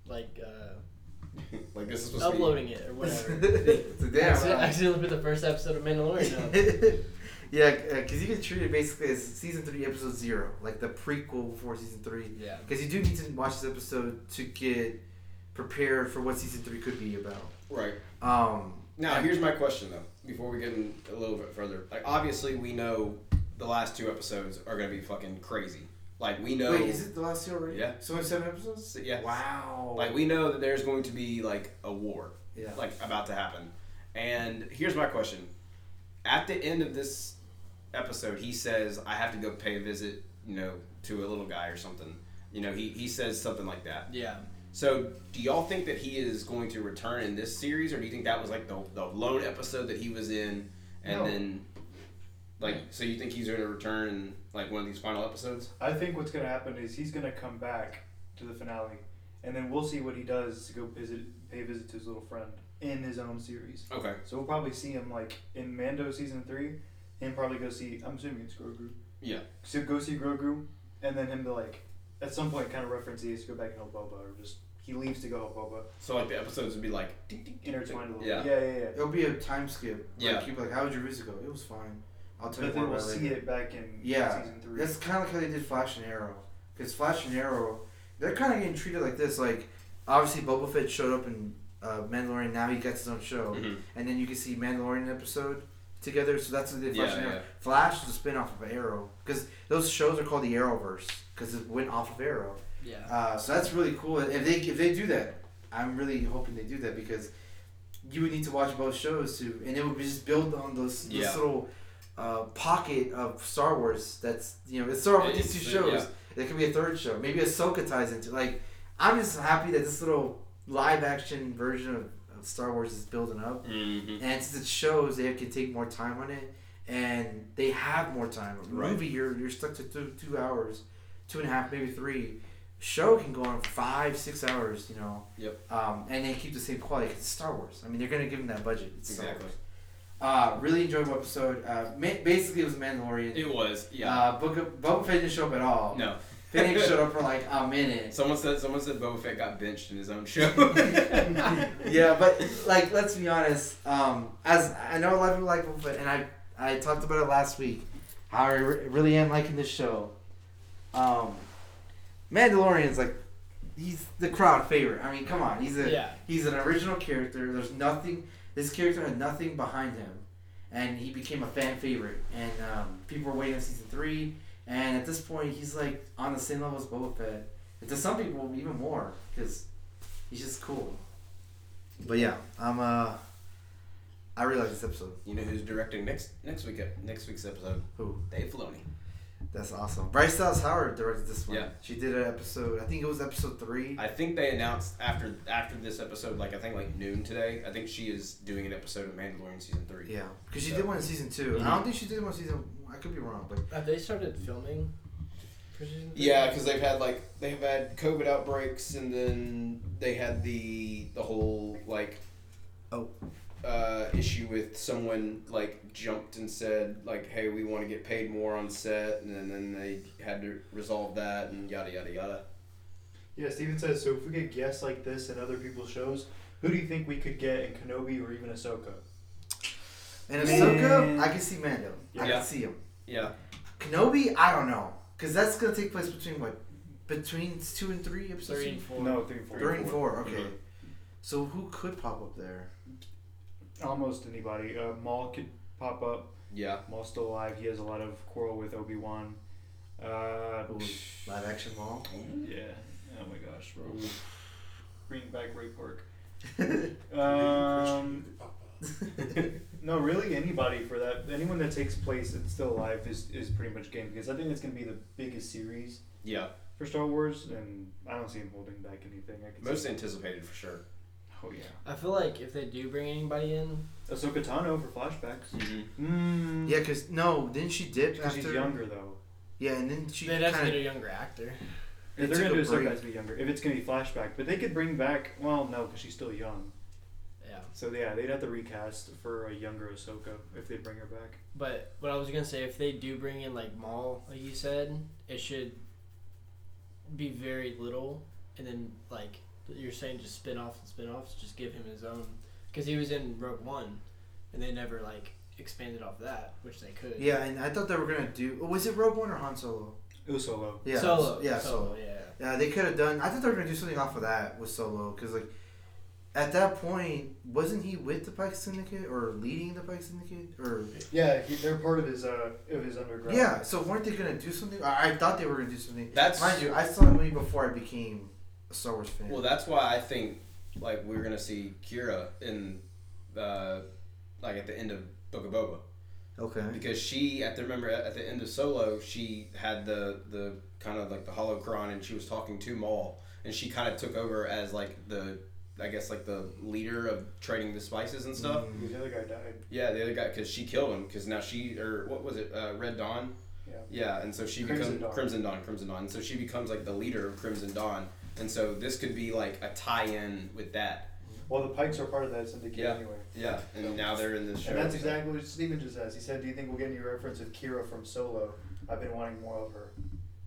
S4: like uh,
S3: like this is supposed to be
S4: uploading it or whatever.
S1: so
S4: I
S1: damn.
S4: accidentally- I
S1: right.
S4: accidentally put the first episode of Mandalorian. up.
S1: yeah, because you can treat it basically as season three, episode zero, like the prequel before season three.
S4: yeah.
S1: Because you do need to watch this episode to get prepared for what season three could be about.
S3: right.
S1: Um,
S3: Now, here's my question though. Before we get in a little bit further, like obviously we know the last two episodes are gonna be fucking crazy. Like we know,
S1: Wait, is it the last two already?
S3: Yeah.
S1: So only seven episodes?
S3: So, yeah.
S1: Wow.
S3: Like we know that there's going to be like a war,
S1: Yeah.
S3: like about to happen. And here's my question: At the end of this episode, he says, "I have to go pay a visit, you know, to a little guy or something." You know, he he says something like that.
S4: Yeah.
S3: So, do y'all think that he is going to return in this series, or do you think that was like the, the lone episode that he was in, and
S5: No.
S3: then like so you think he's going to return in like one of these final episodes?
S5: I think what's gonna happen is he's gonna come back to the finale, and then we'll see what he does to go visit, pay a visit to his little friend in his own series.
S3: Okay.
S5: So we'll probably see him like in Mando season three, and probably go see. I'm assuming it's Grogu.
S3: Yeah.
S5: So go see Grogu, and then him to like, at some point, kind of reference he has to go back and help Boba, or just he leaves to go help Boba.
S3: So like the episodes would be like ding, ding, ding,
S5: Intertwined a
S3: ding.
S5: little.
S3: Yeah.
S5: Bit. Yeah, yeah, yeah.
S1: It'll be a time skip.
S3: Yeah.
S1: Like, people are like, how would your visit go? It was fine. I'll tell
S5: But
S1: you
S5: then
S1: more
S5: we'll
S1: about it
S5: see
S1: later.
S5: it back in
S1: Yeah.
S5: season three.
S1: That's kind of like how they did Flash and Arrow. Because Flash and Arrow, they're kind of getting treated like this. Like, obviously, Boba Fett showed up in uh, Mandalorian. Now he gets his own show.
S3: Mhm.
S1: and then you can see Mandalorian episode together. So that's what they did Flash
S3: Yeah,
S1: and Arrow.
S3: yeah.
S1: Flash is a spin off of Arrow because those shows are called the Arrowverse because it went off of Arrow.
S4: Yeah.
S1: Uh, so that's really cool. And If they if they do that, I'm really hoping they do that because you would need to watch both shows to, and it would be just build on those this
S3: Yeah.
S1: little uh, pocket of Star Wars. That's you know it's Star Wars with these two
S3: It's-
S1: shows.
S3: yeah.
S1: There could be a third show. Maybe Ahsoka ties into like. I'm just happy that this little live action version of, of Star Wars is building up.
S3: Mhm.
S1: And since it shows they can take more time on it, and they have more time. A
S3: Right.
S1: movie, you're you're stuck to two, two hours, two and a half, maybe three. Show can go on for five, six hours, you know.
S3: Yep.
S1: Um, and they keep the same quality. 'cause it's Star Wars. I mean, they're gonna give them that budget. It's Star
S3: Exactly.
S1: Wars. Uh, really enjoyable episode. Uh, ma- basically, it was Mandalorian.
S3: It was, yeah.
S1: Uh, Book of, Boba Fett didn't show up at all.
S3: no.
S1: Finn showed up for like a minute.
S3: Someone said someone said Boba Fett got benched in his own show.
S1: Yeah, but like, let's be honest. Um, as I know a lot of people like Boba Fett, and I I talked about it last week. How I re- really am liking this show. Um, Mandalorian's like he's the crowd favorite. I mean, come on, he's a
S4: Yeah.
S1: he's an original character. There's nothing. This character had nothing behind him, and he became a fan favorite. And um, people were waiting on season three. And at this point, he's like on the same level as Boba Fett. And to some people, even more because he's just cool. But yeah, I'm uh, I really like this episode.
S3: you know who's directing next next week next week's episode?
S1: Who?
S3: Dave Filoni.
S1: That's awesome. Bryce Dallas Howard directed this one.
S3: Yeah.
S1: She did an episode. I think it was episode three.
S3: I think they announced after after this episode, like I think like noon today. I think she is doing an episode of Mandalorian season three.
S1: yeah, because she
S3: So-
S1: did one in season 2 I
S3: Mm-hmm.
S1: don't think she did one in season. I could be wrong, but
S4: Have they started filming? for season three?
S3: Yeah, because they've had like they've had COVID outbreaks, and then they had the the whole like
S1: Oh.
S3: uh, issue with someone like jumped and said like, "Hey, we want to get paid more on set," and then, then they had to resolve that and yada yada yada.
S5: Yeah, Steven says, so if we could guess like this in other people's shows, who do you think we could get in Kenobi or even Ahsoka?
S1: and
S5: Man.
S1: Ahsoka, I can see Mando. I
S3: Yeah.
S1: can see him.
S3: Yeah,
S1: Kenobi, I don't know, because that's gonna take place between what, between two and three episodes.
S4: Three and four.
S5: No, three and four.
S1: Three and four. Okay.
S3: Mhm.
S1: So who could pop up there?
S5: Almost anybody. Uh, Maul could pop up.
S3: yeah.
S5: Maul's still alive. He has a lot of quarrel with Obi Wan. Uh,
S1: Ooh, live action Maul.
S5: yeah. Oh my gosh, bro. Bring back Ray Park. Um, No, really, anybody for that. Anyone that takes place that's still alive is, is pretty much game because I think it's going to be the biggest series
S3: Yeah,
S5: for Star Wars, and I don't see him holding back anything. I could
S3: most
S5: see.
S3: anticipated for sure.
S5: Oh yeah,
S4: I feel like if they do bring anybody in,
S5: Ahsoka Tano for flashbacks.
S3: Mm-hmm.
S5: Mm.
S1: Yeah, cause no, didn't she dip
S5: because
S1: after?
S5: she's younger though.
S1: Yeah, and then she
S4: they'd have to
S1: kinda-
S4: get a younger actor.
S1: They
S5: If they're
S1: took
S5: going to
S1: a
S5: do Ahsoka, it
S1: break.
S5: has to be younger. If it's going to be flashback, but they could bring back. Well, no, because she's still young.
S4: Yeah.
S5: So yeah, they'd have to recast for a younger Ahsoka if they bring her back.
S4: But what I was gonna say, if they do bring in like Maul, like you said, it should be very little, and then like you're saying, just spin offs and spin offs. Just give him his own, because he was in Rogue One, and they never like expanded off that, which they could.
S1: Yeah, and I thought they were gonna do. oh, Was it Rogue One or Han Solo?
S5: It was Solo.
S1: Yeah,
S4: Solo.
S1: Yeah,
S4: Solo.
S1: Solo.
S4: Yeah.
S1: Yeah, they could have done. I thought they were gonna do something off of that with Solo, cause like, at that point, wasn't he with the Pike Syndicate or leading the Pike Syndicate or?
S5: Yeah, he, they're part of his uh of his underground.
S1: Yeah, so weren't they gonna do something? I, I thought they were gonna do something.
S3: That's
S1: Mind you, I saw that movie before I became a Star Wars fan.
S3: Well, that's why I think like we're gonna see Kira in uh, like at the end of Book of Boba
S1: okay.
S3: because she at the remember at the end of Solo she had the the kind of like the holocron and she was talking to Maul and she kind of took over as like the I guess like the leader of trading the spices and stuff.
S5: The other guy died.
S3: Yeah, the other guy because she killed him because now she or what was it uh, Red Dawn.
S5: Yeah.
S3: Yeah, and so she
S5: Crimson
S3: becomes
S5: Dawn.
S3: Crimson Dawn, Crimson Dawn. So she becomes like the leader of Crimson Dawn, and so this could be like a tie-in with that.
S5: Well, the Pikes are part of that syndicate
S3: Yeah.
S5: anyway.
S3: Yeah, and now they're in this show.
S5: And that's exactly what Steven just asked. He said, Do you think we'll get any reference of Kira from Solo? I've been wanting more of her.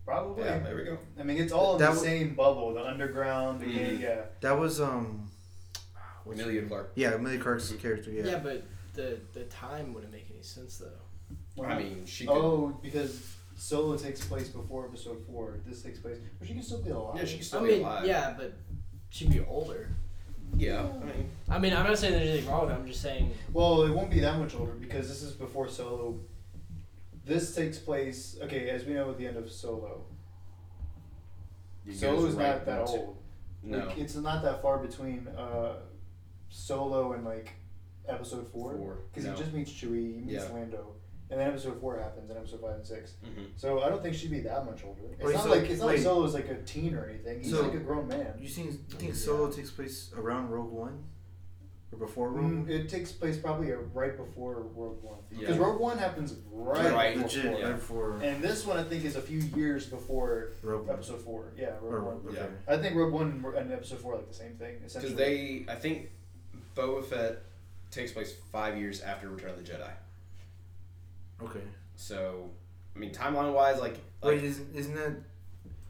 S5: Probably.
S3: Yeah, there we go.
S5: I mean, it's all in
S1: That
S5: the
S1: w-
S5: same bubble the underground, the gay,
S3: Mhm.
S5: yeah.
S1: That was um. what's her
S3: Amelia
S1: name?
S3: Mm-hmm. Clark.
S1: Yeah, Amelia Clark's character.
S4: yeah.
S1: Yeah.
S4: but the the time wouldn't make any sense though.
S3: I mean, she could.
S5: oh, because Solo takes place before episode four. This takes place. But she can still be alive.
S3: Yeah, she could still
S4: I
S3: be
S4: mean,
S3: alive.
S4: yeah, but she'd be older.
S3: Yeah, I mean,
S4: I mean, I'm not saying there's anything wrong with it. I'm just saying
S5: Well, it won't be that much older because this is before Solo. This takes place, okay, as we know at the end of Solo.
S3: you
S5: Solo's
S3: guys are right
S5: not that
S3: about to-
S5: old.
S3: No.
S5: Like, it's not that far between uh, Solo and like episode four.
S3: Four,
S5: Because
S3: no.
S5: he just meets Chewie, he meets
S3: Yeah.
S5: Lando, and then episode four happens, and episode five and six.
S3: Mhm.
S5: So I don't think she'd be that much older. It's
S1: Wait,
S5: not
S1: so-
S5: like it's not like
S1: wait.
S5: Solo's like a teen or anything. He's
S1: So-
S5: like a grown man.
S1: You seen? You think Solo takes place around Rogue One, or before Rogue?
S5: Mm,
S1: One?
S5: it takes place probably uh, right before Rogue One. Because
S3: Yeah.
S5: Rogue One happens right,
S3: Right.
S5: before
S1: Legit,
S5: four.
S1: right before
S5: And this one I think is a few years before
S1: Rogue One.
S5: episode four. Yeah, Rogue
S1: Or,
S5: One.
S1: okay.
S3: Yeah.
S5: I think Rogue One and episode four are like the same thing.
S3: Because
S5: Essentially,
S3: they, I think, Boba Fett takes place five years after Return of the Jedi.
S1: Okay.
S3: So, I mean, timeline wise, like, like
S1: Wait, isn't, isn't that?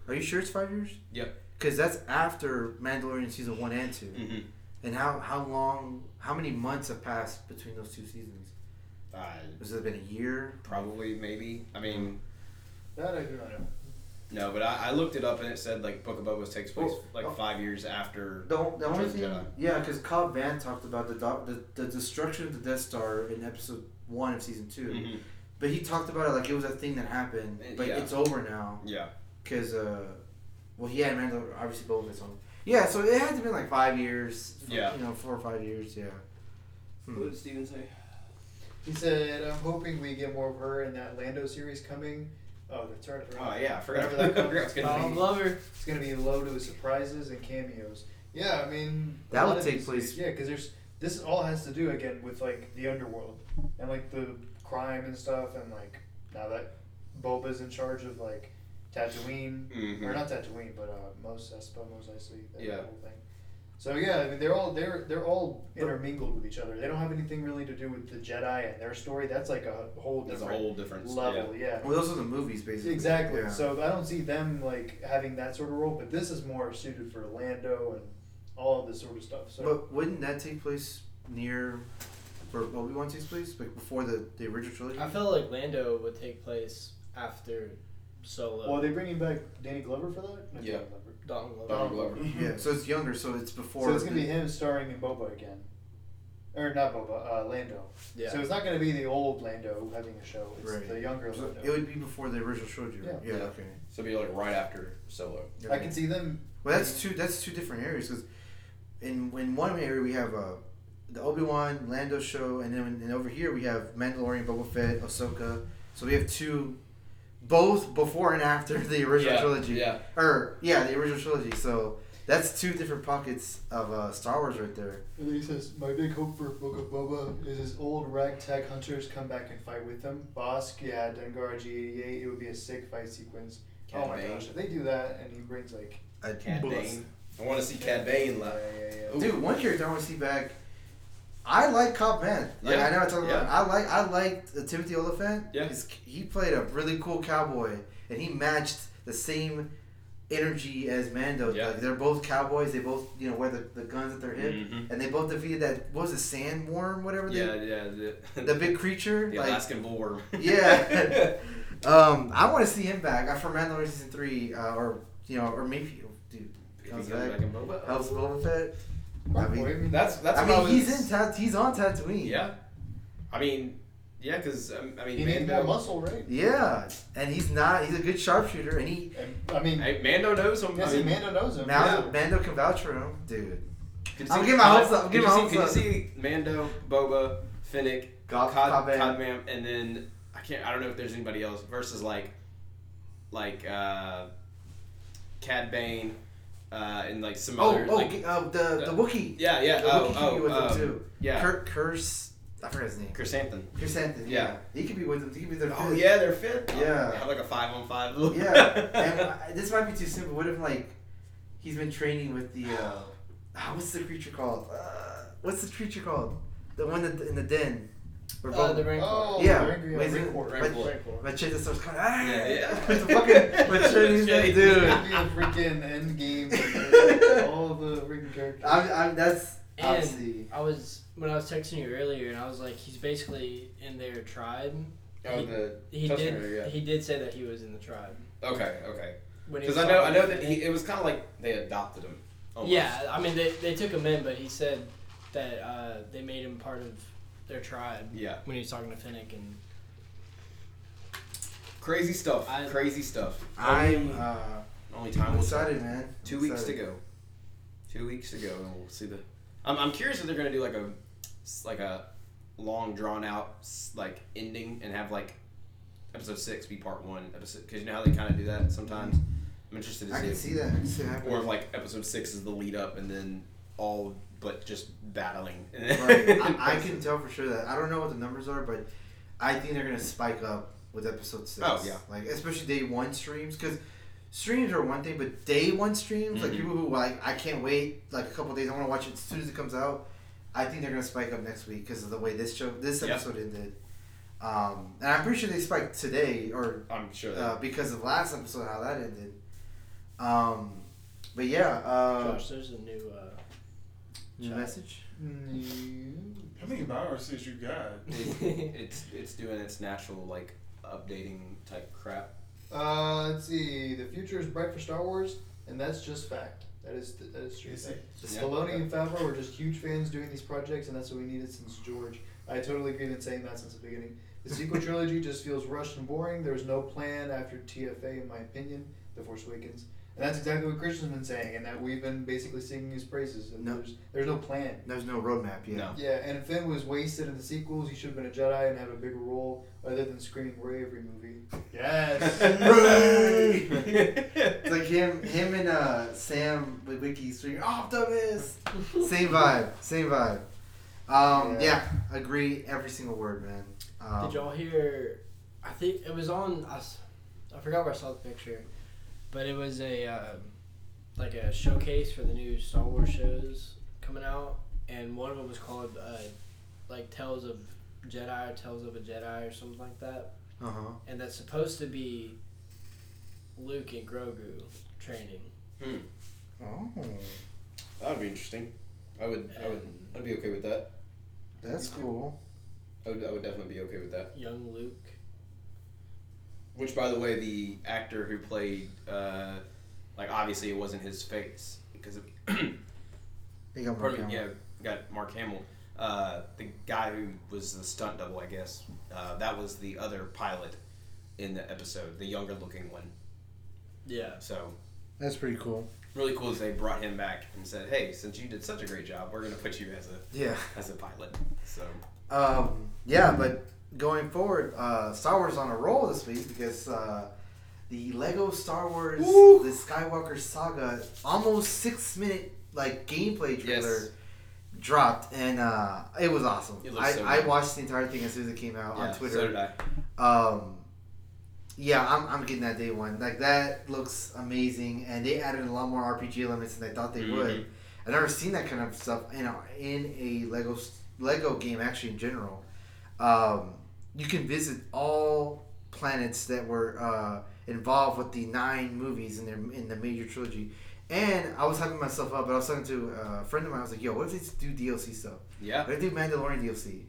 S1: Are you sure it's five years?
S3: Yep.
S1: Because that's after Mandalorian season one and two.
S3: mhm.
S1: And how how long? How many months have passed between those two seasons?
S3: Uh,
S1: Has it been a year?
S3: probably maybe. I mean,
S6: That I do not know.
S3: no, but I, I looked it up and it said like Book of Boba takes place
S1: Well,
S3: like
S1: oh.
S3: five years after.
S1: The, the only
S3: Return of
S1: thing,
S3: the Jedi.
S1: yeah, because Cobb Van talked about the, do- the the destruction of the Death Star in episode one of season 2
S3: Mhm.
S1: but he talked about it like it was a thing that happened,
S3: Eh,
S1: but
S3: yeah.
S1: it's over now
S3: Yeah,
S1: because uh, well, yeah, Mandalor obviously both of us on. Yeah, so it had to been like five years. f-
S3: Yeah.
S1: you know, four or five years. Yeah. Hmm.
S7: What did Steven say?
S5: He said, "I'm hoping we get more of her in that Lando series coming. Oh, the turn.
S3: Oh yeah, I forgot. I forgot it's gonna
S5: Um,
S3: be.
S4: Glover.
S5: It's gonna be loaded with surprises and cameos. Yeah, I mean a
S1: That
S5: lot
S1: would
S5: of
S1: take
S5: these-
S1: place-
S5: Yeah, because there's this all has to do again with like the underworld and like the crime and stuff and like now that Boba's in charge of like Tatooine or
S3: Mhm.
S5: not Tatooine but uh, Mos Espa Mos Eisley that
S3: Yeah.
S5: whole thing. So yeah, I mean they're all they're they're all intermingled with each other. They don't have anything really to do with the Jedi and their story. That's like a whole
S3: There's a
S5: different
S3: whole difference.
S5: level. yeah.
S1: Well, those are the movies, basically.
S5: Exactly.
S1: Yeah.
S5: So I don't see them like having that sort of role, but this is more suited for Lando and all of this sort of stuff. So
S1: but wouldn't that take place near where Obi Wan takes place, like before the the original trilogy?
S4: I felt like Lando would take place after Solo.
S5: well, are they bringing back Danny Glover for that? Not
S3: Yeah.
S5: Danny Glover.
S4: Donald Glover.
S3: Yeah. Donald Glover.
S1: yeah, so it's younger, so it's before.
S5: so it's gonna
S1: the-
S5: be him starring in Boba again, or not Boba, uh, Lando.
S4: Yeah.
S5: So it's not gonna be the old Lando having a show. It's
S1: Right.
S5: the younger
S1: So
S5: Lando.
S1: it would be before the original trilogy. right?
S3: Yeah.
S1: yeah
S3: Yeah.
S1: okay.
S3: So it'd be like right after Solo.
S5: I can see them.
S1: Well, that's two. That's two different areas because in in one area we have uh, the Obi Wan Lando show, and then and over here we have Mandalorian, Boba Fett, Ahsoka. So we have two, both before and after the original
S3: yeah.
S1: trilogy.
S3: Yeah.
S1: Or yeah, the original trilogy. So that's two different pockets of uh, Star Wars right there.
S5: And then he says, "My big hope for Book of Boba is his old ragtag hunters come back and fight with him. Bosk, yeah, Dengar G88. It would be a sick fight sequence. oh
S3: Cad
S5: my
S3: Bane.
S5: gosh, if they do that, and he brings like."
S1: I
S3: Cad Bane. I want to see Cad Bane
S5: Yeah,
S3: live.
S5: yeah, yeah.
S1: Dude, one character I want to see back. I like Cobb Man. Like
S3: Yeah,
S1: I know I talked about.
S3: yeah.
S1: I like I liked uh, Timothy Oliphant.
S3: Yeah.
S1: His- he played a really cool cowboy, and he matched the same energy as Mando.
S3: Yeah.
S1: Like they're both cowboys. They both you know wear the, the guns at their hip,
S3: Mhm.
S1: and they both defeated that what was it sandworm whatever.
S3: Yeah,
S1: They,
S3: yeah. The,
S1: The big creature.
S3: the
S1: like,
S3: Alaskan bullworm.
S1: Yeah. um, I want to see him back. I for Mandalorian season three, uh, or you know, or maybe dude
S3: If he
S1: comes
S3: comes
S1: back.
S3: back in Boba.
S1: helps Boba Fett. I
S5: Probably.
S1: mean-
S5: I mean,
S3: That's that's.
S1: I
S3: what
S1: mean,
S3: was-
S1: he's in tat- he's on Tatooine.
S3: Yeah. I mean, yeah, because um, I mean,
S5: he needs more
S3: Mando.
S5: muscle, right?
S1: Yeah, and he's not. He's a good sharpshooter, and he
S5: And, I mean,
S3: Hey, Mando knows him.
S5: yes,
S3: I mean,
S5: Amanda knows him.
S1: now
S5: yeah.
S1: Mando can vouch for him, dude.
S3: could you
S1: I'm
S3: see-
S1: getting my hopes up, I'm getting
S3: could you
S1: my
S3: see-
S1: hopes
S3: could
S1: up.
S3: you see Mando, Boba, Finnick,
S1: God,
S3: Cod,
S1: Cobb-
S3: Codman, and then I can't. I don't know if there's anybody else versus like, like uh, Cad Bane, uh, and like some
S1: Oh,
S3: other.
S1: oh,
S3: like,
S1: g- uh, the the Wookie.
S3: yeah, yeah.
S1: The
S3: oh,
S1: Wookiee could be
S3: oh,
S1: with him
S3: um,
S1: too.
S3: yeah.
S1: Kurt Curse. I forgot his name.
S3: Chrysanthemum.
S1: Chrysanthemum. Yeah.
S3: Yeah.
S1: he could be with them. He could be their.
S3: Oh
S1: fifth.
S3: yeah, they're fit.
S1: Yeah.
S3: have like a five on five. Look.
S1: Yeah, and I- this might be too simple. What if like he's been training with the uh, ah, what's the creature called? Uh, what's the creature called? The one that in the den. Where
S4: Uh,
S1: Boba-
S4: the Rancor.
S5: Oh,
S1: Yeah,
S5: they're angry at
S1: laser-
S5: Rancor.
S1: but-
S3: Rancor.
S4: Rancor.
S1: Machete starts coming. Ah,
S3: Yeah, yeah.
S1: With the fucking machete's
S3: Machete.
S1: like, dude.
S5: It'd be a freaking end game. with all the freaking characters.
S1: I'm, I'm, that's
S4: And-
S1: obviously.
S4: I was when I was texting you earlier, and I was like, he's basically in their tribe.
S3: Oh, the
S4: He
S3: Tusken
S4: did.
S3: Raider, yeah.
S4: He did say that he was in the tribe.
S3: Okay, okay.
S4: When he
S3: Because
S4: was
S3: I know, I
S4: talking
S3: know
S4: to
S3: that
S4: me.
S3: he, it was kind of like they adopted him. almost.
S4: Yeah, I mean they, they took him in, but he said that uh, they made him part of their tribe
S3: Yeah.
S4: when he was talking to Finnick and
S3: Crazy stuff.
S4: I-
S3: Crazy stuff.
S1: I'm, uh,
S3: Only
S1: I'm
S3: time will tell.
S1: excited, man.
S3: Two
S1: I'm
S3: weeks to
S1: excited.
S3: go. Two weeks to go, and we'll see the. I'm, I'm curious if they're gonna do like a, s- like a, long drawn out s- like ending and have like, episode six be part one episode because you know how they kind of do that sometimes. I'm interested to
S1: I
S3: see.
S1: can
S3: if-
S1: see that. I can see it happening.
S3: Or if like episode six is the lead up and then all but just battling.
S1: Right. I, I can tell for sure that. I don't know what the numbers are, but I think they're going to spike up with episode six.
S3: Oh, yeah.
S1: Like, especially day one streams, because streams are one thing, but day one streams, like
S3: Mhm.
S1: people who, like, I can't wait, like, a couple days, I want to watch it as soon as it comes out. I think they're gonna spike up next week because of the way this show, this
S3: Yeah.
S1: episode ended. Um, and I'm pretty sure they spiked today or
S3: I'm sure. That,
S1: uh, because of last episode how that ended. Um, but yeah, uh,
S4: Josh, there's a new. Uh,
S1: new
S4: Josh.
S1: message.
S5: Hmm.
S2: How many viruses you got?
S3: it- it's it's doing its natural like updating type crap.
S8: Uh, let's see. The future is bright for Star Wars, and that's just fact. That is th- that is true.
S2: Is
S8: fact.
S2: it?
S8: The
S3: Yeah.
S8: Filoni and Favreau were just huge fans doing these projects, and that's what we needed since George. I totally agree in saying that since the beginning. The sequel trilogy just feels rushed and boring. There's no plan after TFA, in my opinion. The Force Awakens, and that's exactly what Christian's been saying, and that we've been basically singing his praises. And
S1: No.
S8: There's there's no plan.
S1: There's no roadmap yet.
S3: No.
S8: Yeah, and Finn was wasted in the sequels. He should have been a Jedi and had a bigger role other than screaming Ray every movie. Yes.
S1: It's like him, him and uh, Sam Witwicky streaming Optimus. same vibe, same vibe. Um, yeah.
S8: Yeah.
S1: agree every single word, man. Um,
S4: Did y'all hear? I think it was on. I, s- I forgot where I saw the picture, but it was a uh, like a showcase for the new Star Wars shows coming out, and one of them was called uh, like Tales of Jedi or Tales of a Jedi or something like that,
S1: Uh huh.
S4: and that's supposed to be Luke and Grogu training.
S1: Oh,
S3: That would be interesting. I would. I would. I'd be okay with that.
S1: that's cool.
S3: I would, I would definitely be okay with that.
S4: Young Luke.
S3: Which, by the way, the actor who played, uh, like, obviously it wasn't his face because it,
S1: They got more
S3: pardon me,
S1: camera.
S3: yeah, got Mark Hamill. Uh, the guy who was the stunt double, I guess, uh, that was the other pilot in the episode, the younger looking one.
S4: Yeah.
S3: So
S1: That's pretty cool.
S3: really cool is they brought him back and said, "Hey, since you did such a great job, we're gonna put you as a
S1: Yeah.
S3: as a pilot." So
S1: Um, yeah, but going forward, uh, Star Wars is on a roll this week because uh, the Lego Star Wars
S3: Woo!
S1: the Skywalker Saga almost six minute like gameplay
S3: Yes.
S1: trailer dropped, and uh, it was awesome.
S3: It looks
S1: I,
S3: so
S1: I
S3: good.
S1: watched the entire thing as soon as it came out
S3: yeah,
S1: on Twitter.
S3: So did I.
S1: Um, yeah, I'm, I'm getting that day one. Like that looks amazing, and they added a lot more RPG elements than I thought they would.
S3: Mhm.
S1: I've never seen that kind of stuff in a, in a Lego s- Lego game actually in general. Um, you can visit all planets that were uh, involved with the nine movies in their in the major trilogy. And I was hyping myself up, but I was talking to a friend of mine. I was like, "Yo, what if they do DLC stuff?
S3: Yeah.
S1: What if they do Mandalorian DLC?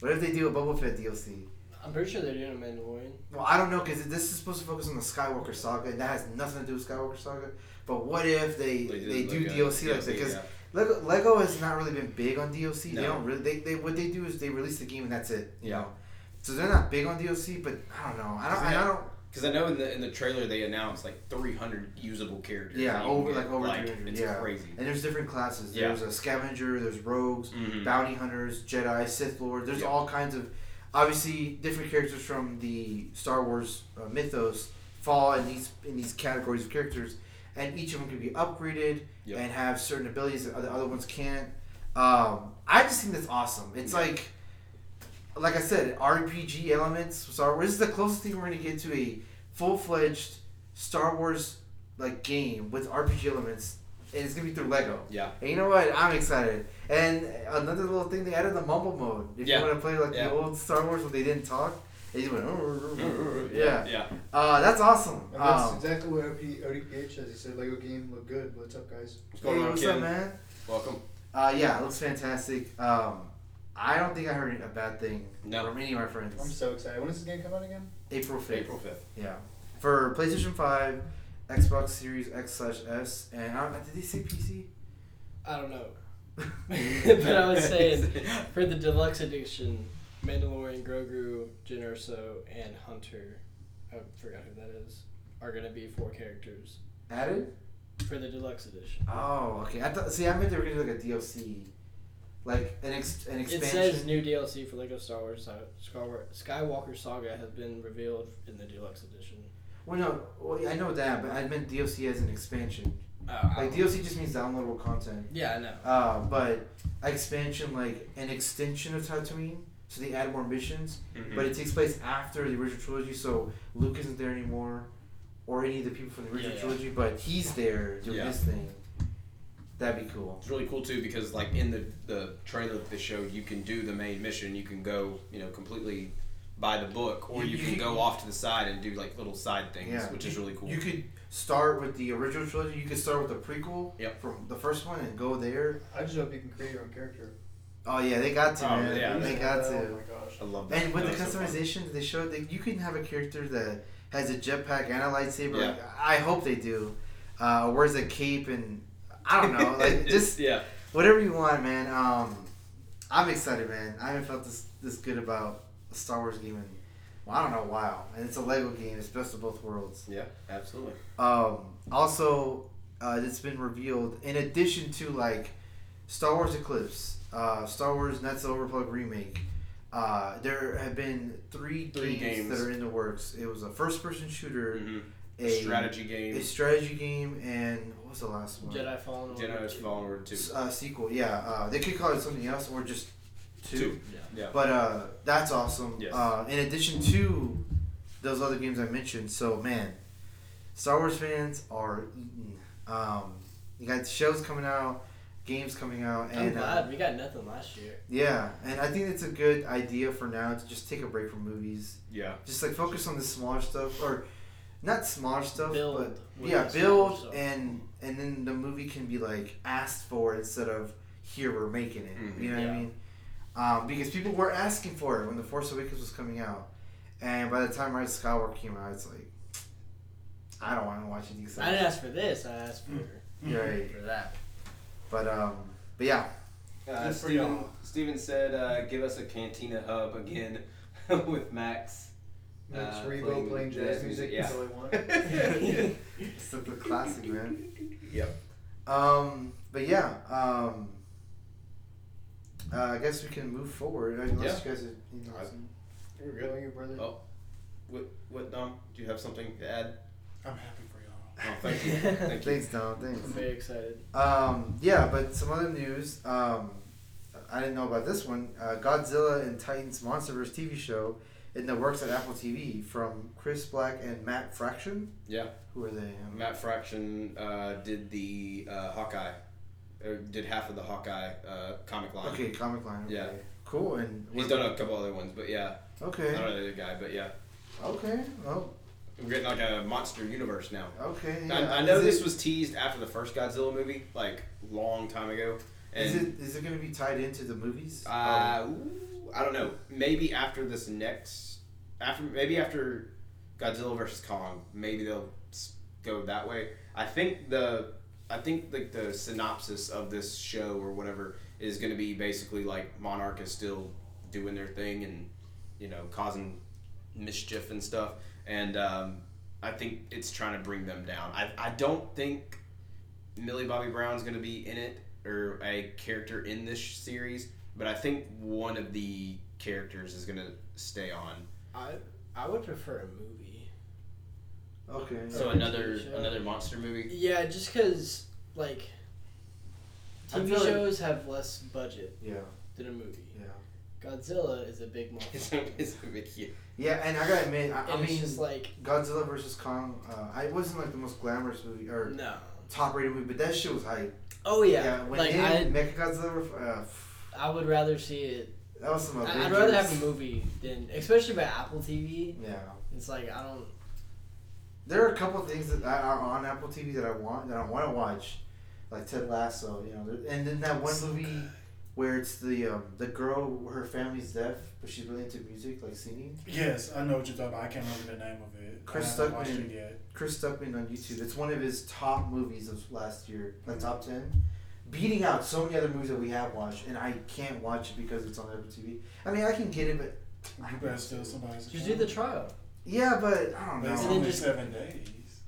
S1: What if they do a Boba Fett DLC?"
S4: I'm pretty sure they're doing a Mandalorian.
S1: Well, I don't know because this is supposed to focus on the Skywalker saga, and that has nothing to do with Skywalker saga. But what if they they,
S3: did
S1: do
S3: like a
S1: DLC like that?
S3: DLC,
S1: Because
S3: yeah.
S1: Lego, Lego has not really been big on DLC. They
S3: No.
S1: don't really they, they what they do is they release the game and that's it. You
S3: Yeah.
S1: know, so they're not big on DLC. But I don't know. I don't.
S3: Isn't
S1: I
S3: that-
S1: don't.
S3: Because I know in the in the trailer they announced like 300 usable characters.
S1: Yeah,
S3: that you can
S1: over-
S3: get.
S1: like over 300,
S3: It's
S1: yeah.
S3: crazy.
S1: And there's different classes.
S3: Yeah.
S1: There's a scavenger. There's rogues,
S3: Mhm.
S1: bounty hunters, Jedi, Sith Lord. There's
S3: Yeah.
S1: all kinds of obviously different characters from the Star Wars uh, mythos fall in these in these categories of characters, and each of them can be upgraded
S3: Yep.
S1: and have certain abilities that the other ones can't. Um, I just think that's awesome. It's
S3: Yeah.
S1: like. Like I said, RPG elements. Star Wars this is the closest thing we're gonna get to a full fledged Star Wars like game with RPG elements, and it's gonna be through Lego.
S3: Yeah.
S1: And you know what? I'm excited. And another little thing, they added the mumble mode. If
S3: Yeah.
S1: you want to play like
S3: Yeah.
S1: the old Star Wars where they didn't talk, they just went.
S3: Mm-hmm. Yeah.
S1: Yeah. Uh, that's awesome.
S8: And that's
S1: Um,
S8: exactly what OP, ODPH says. He said Lego game look good. What's up, guys?
S3: What's going
S1: hey,
S3: on,
S1: what's
S3: kid?
S1: up, man?
S3: Welcome.
S1: Uh, yeah, it looks fantastic. Um, I don't think I heard a bad thing
S3: No.
S1: from any of my
S8: I'm
S1: friends.
S8: so excited. When does this game come out again?
S1: April 5th.
S3: April 5th.
S1: Yeah. For PlayStation 5, Xbox Series X slash S, and I, did they say PC?
S4: I don't know. but I was saying for the deluxe edition, Mandalorian, Grogu, Jyn Erso, and Hunter. I forgot who that is. Are gonna be four characters
S1: Added?
S4: for the deluxe edition.
S1: Oh, okay. I thought. See, I meant they were gonna do like a DLC, like an ex- an expansion.
S4: It says new DLC for Lego Star Wars uh, Skywalker- Skywalker Saga has been revealed in the deluxe edition.
S1: Well, no, well, I know that, but I meant DLC as an expansion.
S4: Oh,
S1: Like DLC just means downloadable content.
S4: yeah, I know.
S1: Uh, but expansion like an extension of Tatooine, so they add more missions.
S3: Mm-hmm.
S4: Mm-hmm.
S1: But it takes place after the original trilogy, so Luke isn't there anymore, or any of the people from the original
S4: Yeah, yeah.
S1: trilogy. But he's there doing
S3: Yeah.
S1: his thing. That'd be cool.
S3: It's really cool too because like in the the trailer that they showed, you can do the main mission. You can go you know completely by the book, or you can go off to the side and do like little side things,
S1: Yeah.
S3: which is really cool.
S1: You could start with the original trilogy. You could start with the prequel
S3: Yep.
S1: from the first one and go there.
S8: I just hope you can create your own character.
S1: Oh yeah, they got to
S3: Oh,
S1: man.
S3: yeah,
S1: they
S8: Yeah,
S1: got
S8: oh
S1: to.
S8: my gosh.
S3: I love that.
S1: And with
S3: That
S1: the
S3: was so fun.
S1: customization that they showed, that you can have a character that has a jetpack and a lightsaber.
S3: Yeah.
S1: Like, I hope they do. Uh, wears a cape and I don't know, like
S3: It's-
S1: just
S3: yeah.
S1: whatever you want, man. Um, I'm excited, man. I haven't felt this this good about a Star Wars game in well, I don't know, a while. And it's a Lego game. It's best of both worlds.
S3: Yeah, absolutely.
S1: Um, also, uh, it's been revealed in addition to like Star Wars Eclipse, uh, Star Wars Nuts Overplug remake. Uh, there have been three,
S3: Three
S1: games,
S3: games.
S1: that are in the works. It was a first-person shooter,
S3: hmm
S1: a
S3: Strategy game.
S1: a strategy game, and what was the last one?
S4: Jedi Fallen Order.
S3: Jedi's
S4: two.
S3: Fallen Order Two.
S1: S- Uh, sequel. Yeah, uh, they could call it something else or just two.
S3: Two.
S4: Yeah.
S3: Yeah.
S1: But uh, that's awesome.
S3: Yes.
S1: Uh, in addition to those other games I mentioned, so man, Star Wars fans are eating. Um, you got shows coming out, games coming out,
S4: I'm
S1: and
S4: glad
S1: Uh,
S4: we got nothing last year.
S1: yeah, and I think it's a good idea for now to just take a break from movies,
S3: Yeah.
S1: just like focus on the smaller stuff or not smaller stuff,
S4: Build
S1: but
S4: with
S1: yeah,
S4: the smaller
S1: build
S4: stuff.
S1: and and then the movie can be like asked for instead of here we're making it.
S3: Mhm.
S1: You know what I
S4: Yeah.
S1: mean? Um, because people were asking for it when the Force Awakens was coming out, and by the time Rise of Skywalker came out, it's like I don't want to watch it.
S4: I didn't ask for this. I asked for
S1: You're right,
S4: for that.
S1: but um, but yeah,
S3: Uh,
S2: Good for
S3: Steven,
S2: y'all.
S3: Steven said, uh, give us a Cantina Hub again with Max.
S8: Max
S3: uh,
S8: Rebo playing, jazz music.
S3: Yeah.
S8: That's all I want.
S1: it's like the classic man.
S3: Yep.
S1: Um, but yeah, um, uh, I guess we can move forward unless you guys are. You know,
S3: I-
S1: some-
S3: You're
S8: How
S3: good.
S8: are you, brother?
S3: Oh. What, what, Dom? Do you have something to add?
S2: I'm happy for y'all.
S3: Oh, thank you. Thank you.
S1: Thanks, Don. Thanks.
S4: I'm very excited.
S1: Um, yeah, but some other news. Um, I didn't know about this one. Uh, Godzilla and Titans MonsterVerse TV show in the works at Apple TV from Chris Black and Matt Fraction.
S3: Yeah.
S1: Who are they? Um,
S3: Matt Fraction uh, did the uh, Hawkeye, or did half of the Hawkeye uh, comic line.
S1: Okay, comic line. Okay.
S3: Yeah.
S1: Cool. And
S3: He's done a couple other ones, but yeah. I
S1: okay.
S3: don't know the guy, but yeah.
S1: Okay. Well.
S3: We're getting like a monster universe now.
S1: Okay.
S3: I,
S1: yeah.
S3: I know
S1: Is
S3: this
S1: it-
S3: was teased after the first Godzilla movie, like long time ago. And
S1: Is it is it going to be tied into the movies?
S3: Uh, ooh, I don't know. Maybe after this next, after maybe after Godzilla versus Kong, maybe they'll s- go that way. I think the I think like the synopsis of this show or whatever is going to be basically like Monarch is still doing their thing and you know causing mischief and stuff, and um, I think it's trying to bring them down. I I don't think Millie Bobby Brown's going to be in it or a character in this sh- series, but I think one of the characters is going to stay on.
S4: I I would prefer a movie.
S1: Oh, okay.
S3: So
S4: Okay.
S3: another
S4: Sure.
S3: another monster movie.
S4: Yeah, just because like
S1: I
S4: TV
S1: feel like-
S4: shows have less budget
S1: yeah.
S4: than a movie.
S1: Yeah.
S4: Godzilla is a big
S3: It's
S4: motherfucker.
S3: a- it's a big- yeah.
S1: Yeah, and I gotta admit, I,
S4: And
S1: I mean,
S4: it's just like
S1: Godzilla versus Kong. Uh, I it wasn't like the most glamorous movie or
S4: no.
S1: top rated movie, but that shit was hype.
S4: Oh yeah,
S1: when
S4: like
S1: him,
S4: I
S1: Mechagodzilla, uh, pff,
S4: I would rather see it.
S1: that was some.
S4: I- I'd
S1: Avengers.
S4: rather have a movie than especially by Apple TV.
S1: Yeah,
S4: It's like I don't.
S1: there are a couple things that I, are on Apple TV that I want that I want to watch, like Ted Lasso, you know, there- and then that one movie where it's the um, the girl her family's deaf but she's really into music, like singing.
S2: Yes, I know what you're talking about. I can't remember the name of it.
S1: Chris
S2: I haven't watched
S1: Stuckman.
S2: it yet.
S1: Chris Stuckman on YouTube. It's one of his top movies of last year, like top ten, beating out so many other movies that we have watched, and I can't watch it because it's on Apple TV. I mean, I can get it, but
S2: You better steal somebody's
S4: Just do
S2: account.
S4: the trial.
S1: yeah, but I don't
S2: But
S1: know.
S2: it's
S4: And then
S2: only
S4: just-
S2: seven days.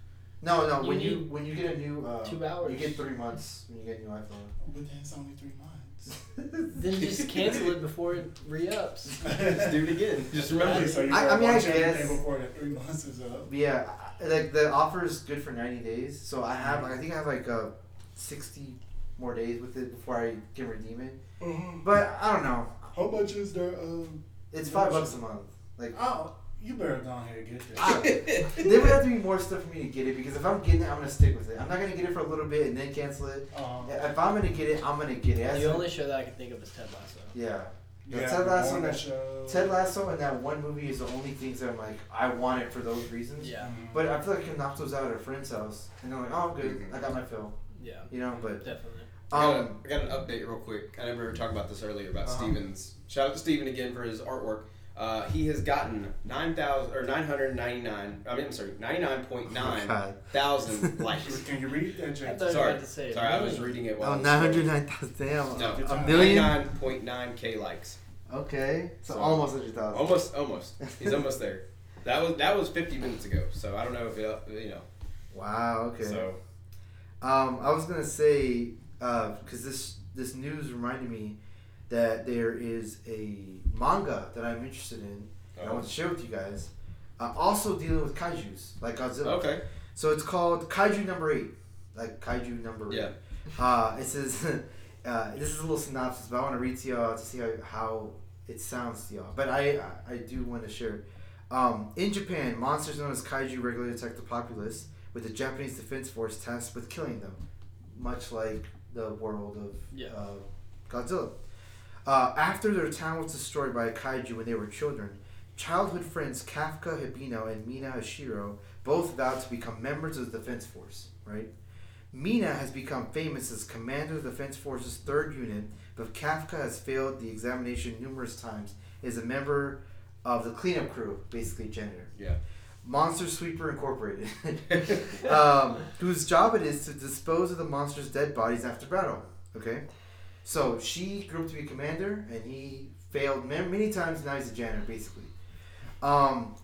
S1: No, no.
S4: You
S1: when you
S4: need
S1: when you get a new uh,
S4: two hours.
S1: you get three months when you get a new
S2: But then it's only three months.
S1: iPhone.
S4: Then just cancel it before it re-ups.
S3: Just do it again. Just remember.
S2: so you
S1: I- I
S2: gotta
S1: mean, I
S2: watch
S1: guess-
S2: everything before the three months is up.
S1: But yeah, I- like the offer is good for ninety days. So I have,
S4: Mm-hmm.
S1: I think I have like uh, sixty more days with it before I can redeem it.
S2: Mhm.
S1: But I don't know.
S2: How much is their? Um,
S1: It's five bucks a month. Like
S2: oh, You better go ahead and get
S1: I-
S2: this.
S1: there would have to be more stuff for me to get it because if I'm getting it, I'm gonna stick with it. I'm not gonna get it for a little bit and then cancel it.
S2: Um,
S1: If I'm gonna get it, I'm gonna get it. That's-
S4: Oh. the only show that I can think of is Ted Lasso.
S1: yeah.
S2: yeah,
S1: Ted Lasso-
S2: Morning Show.
S1: Ted Lasso and that one movie is the only things that I'm like, I want it for those reasons.
S4: Yeah,
S2: Mhm.
S1: But I feel like I can knock those out at a friend's house, and I'm like, oh, I'm good, I got my fill.
S4: yeah,
S1: You know, but
S4: definitely.
S1: um,
S3: I, Mm-hmm. got, I got an update real quick. I never talked about this earlier about
S1: Uh-huh.
S3: Stevens. Shout out to Steven again for his artwork. Uh, he has gotten nine thousand or nine hundred ninety nine. I mean, I'm sorry, ninety nine point nine
S1: God.
S3: thousand likes.
S2: Can you read that,
S4: I
S2: James?
S4: thought you
S3: Sorry.
S4: had to say
S3: Sorry, I was
S4: million.
S3: reading it. While
S1: oh,
S3: I was scrolling.
S1: 909,000, damn,
S3: No.
S1: a million.
S3: 99.9k likes.
S1: Okay, so,
S3: So-
S1: almost 100,000.
S3: Almost, almost. He's almost there. That was that was 50 minutes ago. So I don't know if it, you know.
S1: Wow. Okay.
S3: So
S1: Um, I was gonna say because this this news reminded me that there is a manga that I'm interested in.
S3: um,
S1: And I
S3: Oh.
S1: want to share with you guys. Uh, also dealing with kaiju's like Godzilla.
S3: okay,
S1: So it's called Kaiju Number Eight, like Kaiju Number Eight.
S3: yeah.
S1: Uh, it says uh, this is a little synopsis, but I want to read to y'all to see how, how it sounds to y'all. But I I, I do want to share. Um, in Japan, monsters known as kaiju regularly attack the populace, with the Japanese Defense Force tasked with killing them, much like the world of
S4: Yeah.
S1: uh, Godzilla. Uh, after their town was destroyed by a kaiju when they were children, childhood friends Kafka Hibino and Mina Ashiro both vowed to become members of the Defense Force, right? Mina has become famous as commander of the Defense Force's third unit, but Kafka has failed the examination numerous times. Is a member of the cleanup crew, basically janitor.
S3: Yeah.
S1: Monster Sweeper Incorporated, um, whose job it is to dispose of the monster's dead bodies after battle. Okay, so she grew up to be commander, and he failed ma- many times. Now he's a janitor, basically. Um,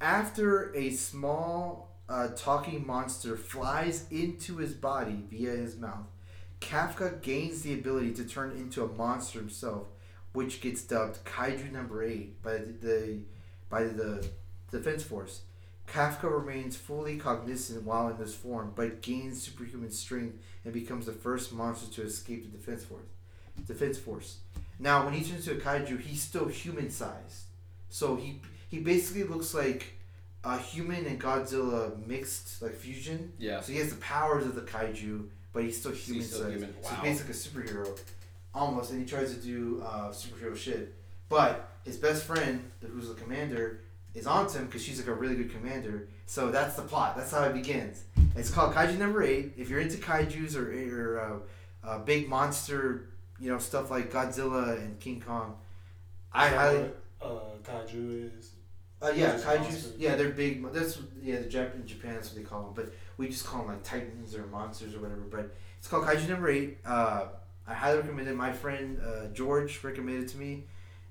S1: after a small uh, talking monster flies into his body via his mouth, Kafka gains the ability to turn into a monster himself, which gets dubbed Kaiju Number Eight by the by the Defense Force. Kafka remains fully cognizant while in this form, but gains superhuman strength and becomes the first monster to escape the Defense Force. Defense Force. Now, when he turns into a kaiju, he's still human sized, so he he basically looks like a human and Godzilla mixed, like fusion.
S3: Yeah.
S1: So he has the powers of the kaiju, but he's still human.
S3: still
S1: sized.
S3: human.
S1: So he's
S3: Wow.
S1: basically a superhero, almost. And he tries to do uh, superhero shit, but his best friend, who's the commander, is onto him because she's like a really good commander. So that's the plot. That's how it begins. It's called Kaiju Number Eight. If you're into kaiju's or or uh, uh, big monster, you know stuff like Godzilla and King Kong, I
S2: Is that
S1: highly.
S2: what, Uh, kaiju is.
S1: Uh, yeah,
S2: Those
S1: kaiju's.
S2: monsters.
S1: Yeah, they're big. mon- That's what- yeah, the Jap- in Japan that's what they call them, but we just call them like titans or monsters or whatever. But it's called Kaiju Number Eight. Uh, I highly recommend it. My friend uh, George recommended it to me,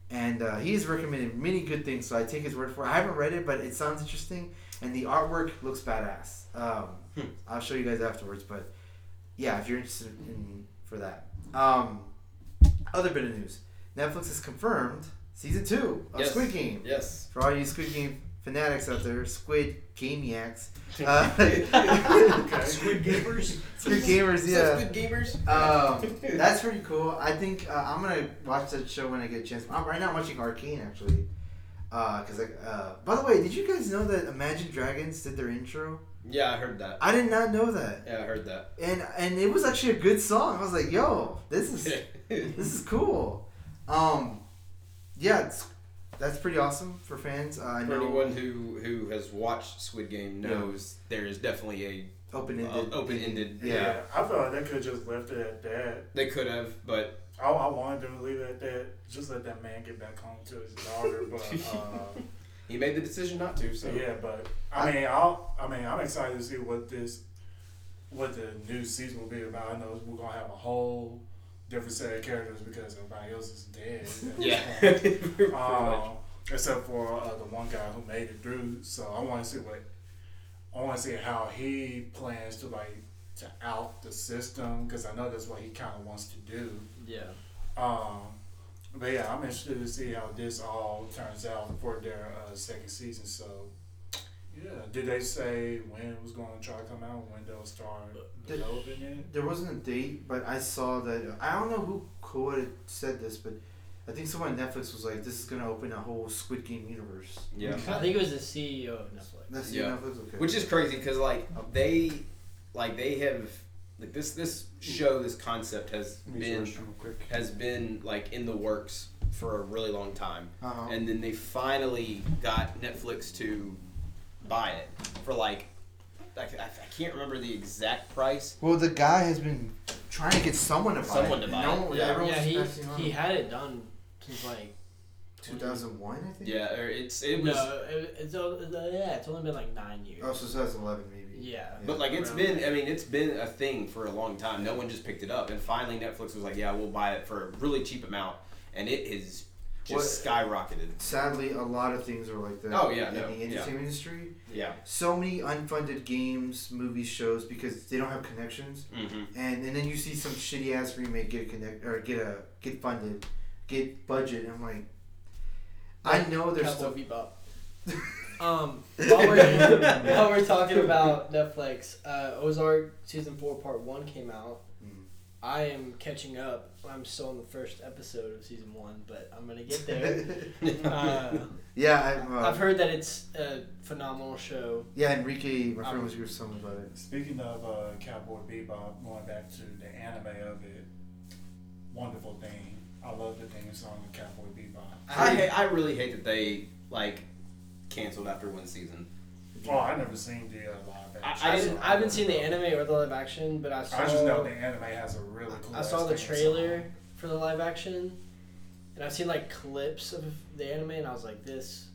S1: and uh, he's recommended many good things. So I take his word for it. I haven't read it, but it sounds interesting, and the artwork looks badass. Um,
S3: Hmm.
S1: I'll show you guys afterwards, but yeah, if you're interested in for that. Um, other bit of news: Netflix has confirmed season two of
S3: Yes.
S1: Squid Game.
S3: Yes.
S1: For all you Squid Game fanatics out there, Squid Gamiacs. Uh,
S5: Squid Gamers?
S1: Squid Gamers, yeah.
S3: Good gamers.
S1: Um, that's pretty cool. I think uh, I'm going to watch that show when I get a chance. I'm, right now I'm watching Arcane, actually. Because, like, uh, by the way, did you guys know that Imagine Dragons did their intro?
S3: yeah, I heard that.
S1: I did not know that,
S3: Yeah, I heard that.
S1: and and it was actually a good song. I was like, "Yo, this is this is cool." Um, yeah, it's, that's pretty awesome for fans. Uh, I
S3: For
S1: know
S3: anyone who who has watched Squid Game knows there is definitely a
S1: open
S3: uh,
S1: ended.
S3: open ended.
S1: Yeah.
S2: I feel like they could have just left it at that.
S3: They could have, but
S2: I, I wanted to leave it at that. Just let that man get back home to his daughter. But uh,
S3: he made the decision not to. So
S2: yeah, but I mean, I'll, I mean, I'm excited to see what this, what the new season will be about. I know we're gonna have a whole different set of characters because everybody else is dead. at this
S3: yeah.
S2: point. Um, except for uh, the one guy who made it through. So I want to see what I want to see how he plans to like to out the system because I know that's what he kind of wants to do.
S4: Yeah,
S2: Um, but yeah, I'm interested to see how this all turns out for their uh, second season. So yeah, did they say when it was going to try to come out? When they'll start
S1: Did-
S2: developing it?
S1: There wasn't a date, but I saw that. I don't know who could have said this, but I think someone on Netflix was like, "This is gonna open a whole Squid Game universe."
S3: Yeah.
S4: I think it was the CEO of Netflix.
S1: That's
S3: Yeah.
S1: Netflix, okay.
S3: Which is crazy because like they, like they have, like this this show this concept has been
S2: Research real quick.
S3: has been like in the works for a really long time,
S1: Uh-huh.
S3: and then they finally got Netflix to buy it for like, I, I I can't remember the exact price.
S1: well, the guy has been trying to get someone to buy
S3: Someone
S1: it.
S3: to buy
S1: no,
S3: it, yeah.
S1: everyone's
S4: Yeah, he
S1: passing on.
S4: he had it done since like
S1: 2001, I think.
S3: Yeah, or it's it was,
S4: no, it, it's o- yeah, it's only been like nine years.
S1: Oh, so 2011 maybe.
S4: Yeah.
S3: but like it's
S4: Around
S3: been.
S4: there.
S3: I mean, it's been a thing for a long time. No one just picked it up, and finally Netflix was like, "Yeah, we'll buy it for a really cheap amount," and it is just skyrocketed.
S1: Sadly, a lot of things are like that.
S3: Oh, yeah,
S1: in
S3: no,
S1: the
S3: yeah.
S1: entertainment industry,
S3: Yeah.
S1: so many unfunded games, movies, shows because they don't have connections,
S3: Mm-hmm.
S1: and and then you see some shitty ass remake get connect or get a get funded, get budget. I'm like, I know there's
S4: Cowboy
S1: stuff.
S4: Bebop. Um, while we're, while we're talking about Netflix, uh, Ozark season four part one came out.
S1: Mm.
S4: I am catching up. I'm still on the first episode of season one, but I'm gonna get there. uh,
S1: yeah, I've, uh,
S4: I've heard that it's a phenomenal show.
S1: yeah. Enrique, my friend
S4: I've-
S1: was here telling me about it.
S2: Speaking of uh, Cowboy Bebop, going back to the anime of it, wonderful thing. I love the theme song of Cowboy Bebop.
S3: I ha- I really hate that they like canceled after one season.
S2: Oh, I never seen the uh, live
S3: I-
S2: action.
S4: I, didn't, I haven't seen the anime or the live action, but I saw.
S2: I just know the anime has a really cool.
S4: I saw the
S2: aesthetic.
S4: trailer for the live action, and I've seen like clips of the anime, and I was like, this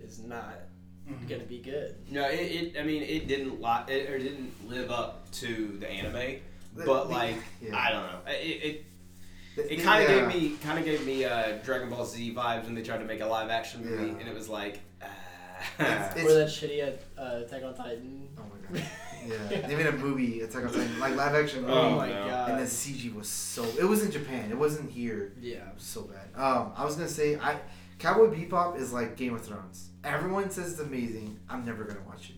S4: is not
S2: Mhm.
S4: gonna be good.
S3: No, it, it I mean it didn't li- it, or didn't live up to the anime,
S1: The-
S3: but
S1: the-
S3: like
S1: yeah.
S3: I don't know. It it,
S1: The-
S3: it kind of
S1: yeah.
S3: gave me kind of gave me uh, Dragon Ball Z vibes when they tried to make a live action movie,
S1: Yeah.
S3: and it was like. Uh,
S1: It's- it's-
S4: or that shitty uh, Attack on Titan.
S1: Oh my god. Yeah, they made a movie, Attack on Titan, like live action movie,
S4: Oh my
S3: no.
S4: god.
S1: and the CG was so. It was in Japan. It wasn't here.
S4: yeah.
S1: I'm so bad. Um, I was gonna say I Cowboy Bebop is like Game of Thrones. Everyone says it's amazing. I'm never gonna watch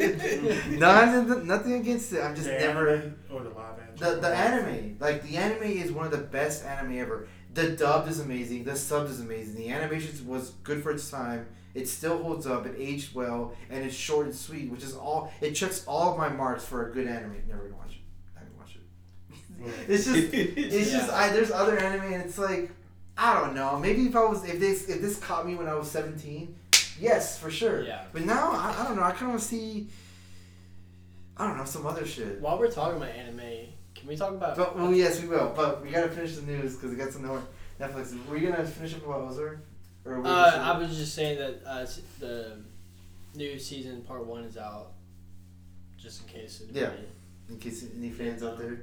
S1: it. None, nothing against it. I'm just
S2: the
S1: never
S2: anime or the live action.
S1: the the anime. Like the anime is one of the best anime ever. The dub is amazing. The sub is amazing. The animation was good for its time. It still holds up. It aged well, and it's short and sweet, which is all. It checks all of my marks for a good anime. Never gonna watch it. I can watch it. it's just it's just I, there's other anime and it's like I don't know. Maybe if I was if this if this caught me when I was 17, yes for sure.
S4: Yeah.
S1: But now I, I don't know. I kind of see. I don't know some other shit.
S4: While we're talking about anime, can we talk about?
S1: But well, yes, we will. But we gotta finish the news because we got some more Netflix. Were you gonna finish up about Ozark? Or we
S4: uh, I was just saying that uh, s- the new season part one is out. Just in case.
S1: Yeah. in case any fans out there.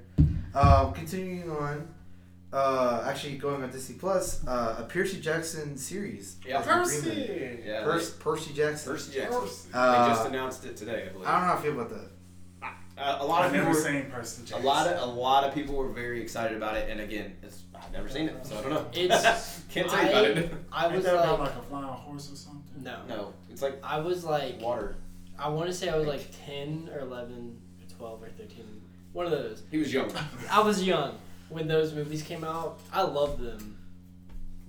S1: Um, continuing on. Uh, actually, going on Disney Plus, uh, a Percy Jackson series.
S3: Yeah.
S1: has been greenlit.
S2: Percy.
S3: yeah,
S1: Pers-
S3: Percy,
S1: Percy Jackson.
S3: Percy Jackson.
S1: Uh,
S3: they just announced it today, I believe.
S1: I don't know how I feel about that.
S3: Uh, a lot
S2: I've
S3: of people
S2: never
S3: were,
S2: seen Percy.
S3: a
S2: Jackson.
S3: lot of a lot of people were very excited about it, and again, it's, I've never seen it, so I don't know.
S4: It's-
S3: can't tell you about it.
S4: I
S2: Ain't
S4: was
S2: that about
S4: like,
S2: like a flying horse or something?
S4: no.
S3: No, it's like
S4: I was like,
S3: water.
S4: I want to say I was like ten or eleven or twelve or thirteen. One of those.
S3: He was young.
S4: I was young when those movies came out. I loved them,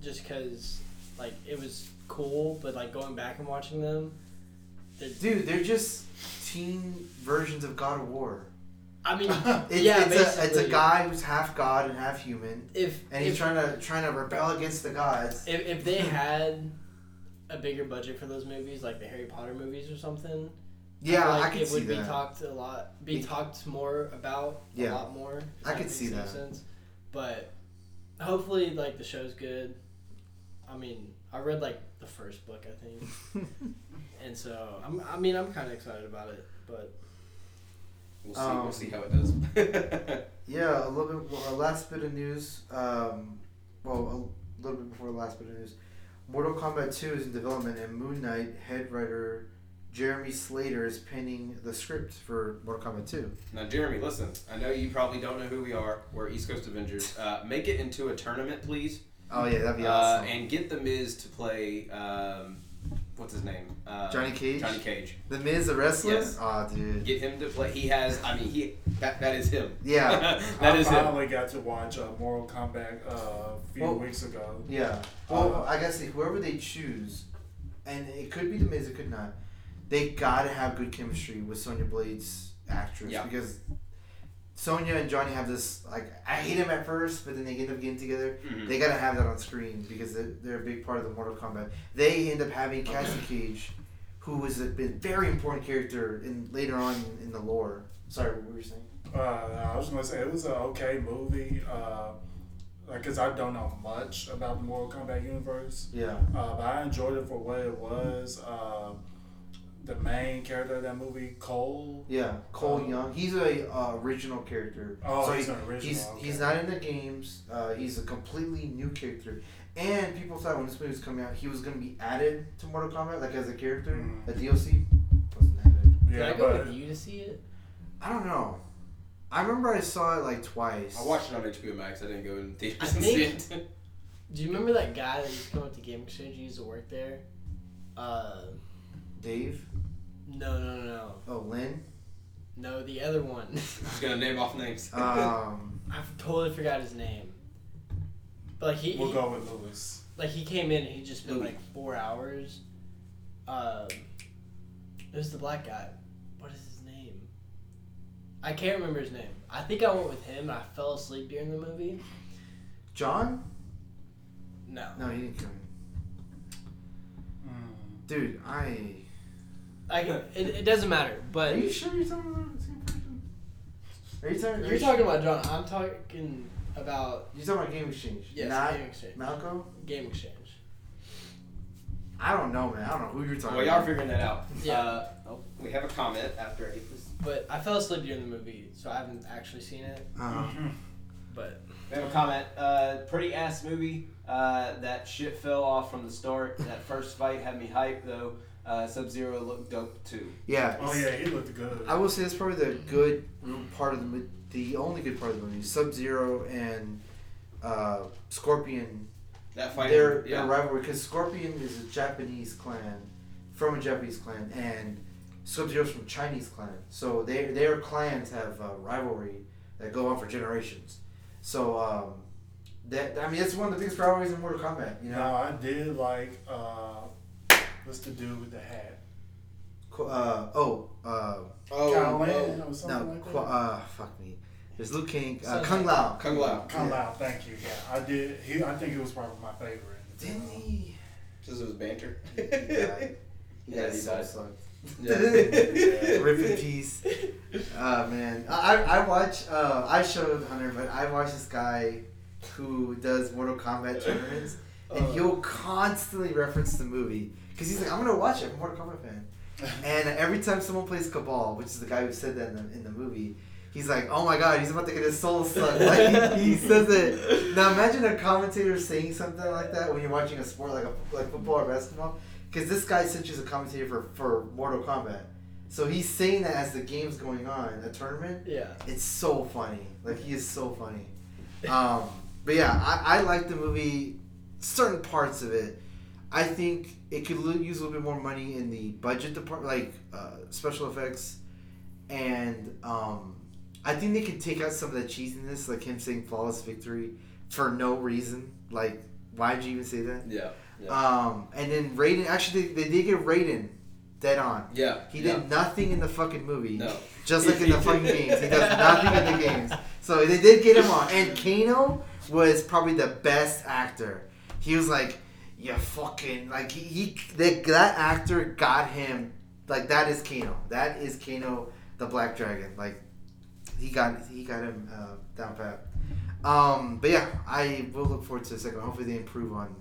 S4: just because like it was cool. But like going back and watching them, they're,
S1: Dude, they're just teen versions of God of War.
S4: I mean,
S1: It's,
S4: yeah,
S1: it's, a, it's a
S4: basically.
S1: guy who's half God and half human,
S4: If
S1: and
S4: if,
S1: he's trying to trying to rebel against the gods.
S4: if if they had a bigger budget for those movies, like the Harry Potter movies or something,
S1: Yeah,
S4: like
S1: I could
S4: it
S1: see
S4: would be
S1: that.
S4: talked a lot, be
S1: Be-
S4: talked more about
S1: Yeah.
S4: a lot more. if
S1: I could
S4: makes
S1: see
S4: any
S1: that.
S4: Sense. But hopefully, like the show's good. I mean, I read like the first book, I think, and so I'm, I mean, I'm kind of excited about it. But
S3: We'll see.
S1: Um,
S3: we'll see how it does.
S1: yeah, a little bit. Well, a last bit of news. Um, well, a little bit before the last bit of news, Mortal Kombat Two is in development, and Moon Knight head writer Jeremy Slater is penning the script for Mortal Kombat Two.
S3: now, Jeremy, listen. I know you probably don't know who we are. We're East Coast Avengers. Uh, make it into a tournament, please,
S1: Oh yeah, that'd be
S3: uh,
S1: awesome.
S3: and get the Miz to play um, what's his name? Uh,
S1: Johnny Cage?
S3: Johnny Cage.
S1: The Miz, the wrestler.
S3: Yes.
S1: Aw, dude.
S3: Get him to play. He has. I mean, he that that is him.
S1: Yeah.
S3: that
S2: I
S3: is him.
S2: finally got to watch uh, Mortal Kombat uh, a few
S1: Well-
S2: weeks ago.
S1: Yeah. Well, I guess they, whoever they choose, and it could be the Miz, it could not. They gotta have good chemistry with Sonya Blade's actress
S3: Yeah.
S1: because Sonya and Johnny have this like I hate him at first, but then they end up getting together.
S3: Mhm.
S1: They gotta have that on screen because they're, they're a big part of the Mortal Kombat. They end up having Cassie Cage, who was a been very important character in later on in, in the lore. Sorry, what were you saying?
S2: Uh, I was gonna say it was an okay movie. Uh, like, cause I don't know much about the Mortal Kombat universe,
S1: Yeah.
S2: uh, but I enjoyed it for what it was. Uh, the main character of that movie, Cole.
S1: Yeah, Cole
S2: Um,
S1: Young. He's a uh, original character.
S2: Oh,
S1: so
S2: he's
S1: he-
S2: an original,
S1: He's,
S2: okay.
S1: he's not in the games. Uh, he's a completely new character. And people thought when this movie was coming out, he was gonna be added to Mortal Kombat, like as a character,
S2: Mm.
S1: a DLC. Wasn't added.
S4: Did I
S2: Yeah,
S4: go
S2: but
S4: with you to see it?
S1: I don't know. I remember I saw it like twice.
S3: Mm-hmm. I watched it on HBO Max. I didn't go in
S4: I
S3: theaters and see
S4: think-
S3: it.
S4: Do you remember that guy that used to come up to Game Exchange? He used to work there. Uh,
S1: Dave.
S4: no, no, no, no,
S1: Oh, Lynn.
S4: no. The other one.
S3: I'm just gonna name off names.
S1: Um,
S4: I've totally forgot his name. But like he,
S2: we'll
S4: he-
S2: go with Lewis.
S4: like he came in and he just spent
S3: Louis.
S4: like four hours. Um, it was the black guy. What is his name? I can't remember his name. I think I went with him. and I fell asleep during the movie.
S1: John.
S4: No,
S1: No, he didn't come. in.
S2: Mm.
S1: Dude, I.
S4: I can- it, it doesn't matter.
S1: Are
S4: But
S1: you sure you're talking about the same person? Are you talking?
S4: you're talking about John. I'm talking about
S1: You're talking about Game Exchange.
S4: yes,
S1: Not
S4: game exchange.
S1: Malco.
S4: Game exchange.
S1: I don't know, man. I don't know who you're talking
S3: well, y'all are
S1: about.
S3: figuring that out.
S4: Yeah.
S3: Uh, oh, we have a comment after I get this.
S4: But I fell asleep during the movie, so I haven't actually seen it.
S1: Uh,
S4: But
S3: We have a comment. Uh, pretty ass movie. Uh, that shit fell off from the start. That first fight had me hyped though. Uh, Sub Zero looked dope too.
S1: yeah.
S2: Oh yeah, he looked good.
S1: I will say that's probably the good part of the mo- the only good part of the movie. Sub Zero and uh, Scorpion.
S3: That fight.
S1: Their
S3: yeah.
S1: their rivalry because Scorpion is a Japanese clan from a Japanese clan and Sub Zero's from a Chinese clan. So their their clans have uh, rivalry that go on for generations. So um, that I mean that's one of the biggest rivalries in Mortal Kombat. You know,
S2: Now I did like uh, what's the dude with the hat?
S1: Co- uh, oh. Uh,
S3: Oh,
S2: Kyle
S3: oh,
S2: Lin or
S1: No,
S2: something like
S1: qu-
S2: that.
S1: uh, fuck me. There's Luke King, uh,
S4: Sounds
S1: Kung
S4: like-
S1: Lao.
S3: Kung Lao.
S2: Kung
S1: uh, Yeah.
S2: Lao, thank you. Yeah, I did. He, I think he was probably my favorite.
S1: Didn't he?
S3: Just it was banter.
S1: He died.
S3: Yeah, he
S1: so
S3: died.
S1: sucked.
S3: Yeah.
S1: Rip in peace. Uh, man, I I I watch. Uh, I showed Hunter, but I watch this guy who does Mortal Kombat tournaments, and
S4: Uh.
S1: he'll constantly reference the movie because he's like, I'm gonna watch it. I'm a Mortal Kombat fan. And every time someone plays Cabal, which is the guy who said that in the, in the movie, he's like, "Oh my god, he's about to get his soul sucked." Like he, he says it. Now imagine a commentator saying something like that when you're watching a sport like a, like football or basketball, because this guy such is a commentator for for Mortal Kombat, so he's saying that as the game's going on, the tournament.
S4: yeah,
S1: It's so funny. Like he is so funny. Um, but yeah, I, I like the movie. Certain parts of it, I think it could lo- use a little bit more money in the budget department, like uh, special effects, and um, I think they could take out some of that cheesiness, like him saying "flawless victory" for no reason. Like, why would you even say that?
S3: Yeah. Yeah.
S1: Um, and then Raiden. Actually, they, they did get Raiden dead on.
S3: yeah.
S1: He
S3: yeah.
S1: did nothing in the fucking movie.
S3: No.
S1: Just like in the fucking games. He does nothing in the games. So they did get him on. And Kano was probably the best actor. He was like, you fucking. Like, he, he that, that actor got him. Like, that is Kano. That is Kano the Black Dragon. Like, he got he got him uh, down pat. Um, but yeah, I will look forward to the second one. Hopefully they improve on,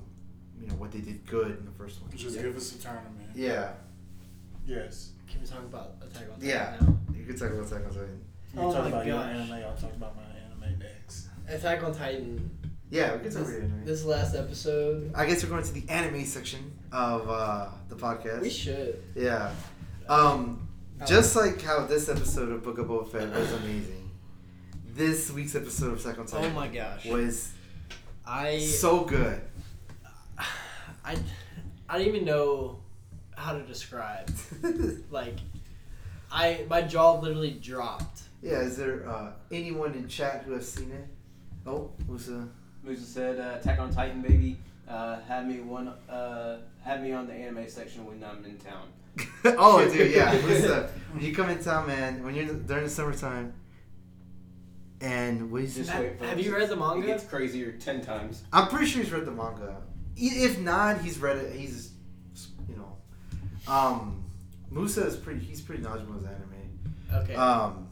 S1: you know, what they did good in the first one.
S2: Just give us a tournament.
S1: Yeah.
S2: Yes.
S4: can we talk about Attack on Titan
S1: Yeah.
S4: now?
S1: You could talk about Attack on Titan.
S2: You
S4: Oh
S2: talk
S4: my
S2: about your
S4: gosh.
S2: anime. I'll talk about my anime next.
S4: Attack on Titan.
S1: Yeah, we could
S4: This,
S1: talk about it. right?
S4: this last episode,
S1: I guess we're going to the anime section of uh, the
S4: we
S1: podcast.
S4: should.
S1: Yeah. Um, just like how this episode of Book of Boba Fett was amazing, this week's episode of Second
S4: Oh
S1: Time
S4: my gosh!
S1: was
S4: I
S1: so good.
S4: I I didn't even know how to describe. Like, I my jaw literally dropped.
S1: yeah, is there uh, anyone in chat who has seen it? Oh, who's uh,
S9: Musa said, uh, "Attack on Titan, baby. Uh, have me one. Uh, have me on the anime section when I'm in town."
S1: oh, dude, yeah. What's up? When you come in town, man, when you're during the summertime, and what is this?
S9: Just wait for
S4: Have
S9: it.
S4: you read the
S3: It
S4: manga?
S3: gets crazier ten times.
S1: I'm pretty sure he's read the manga. E- If not, he's read it. He's, you know, um, Musa is pretty. He's pretty knowledgeable as anime.
S4: Okay.
S1: Um,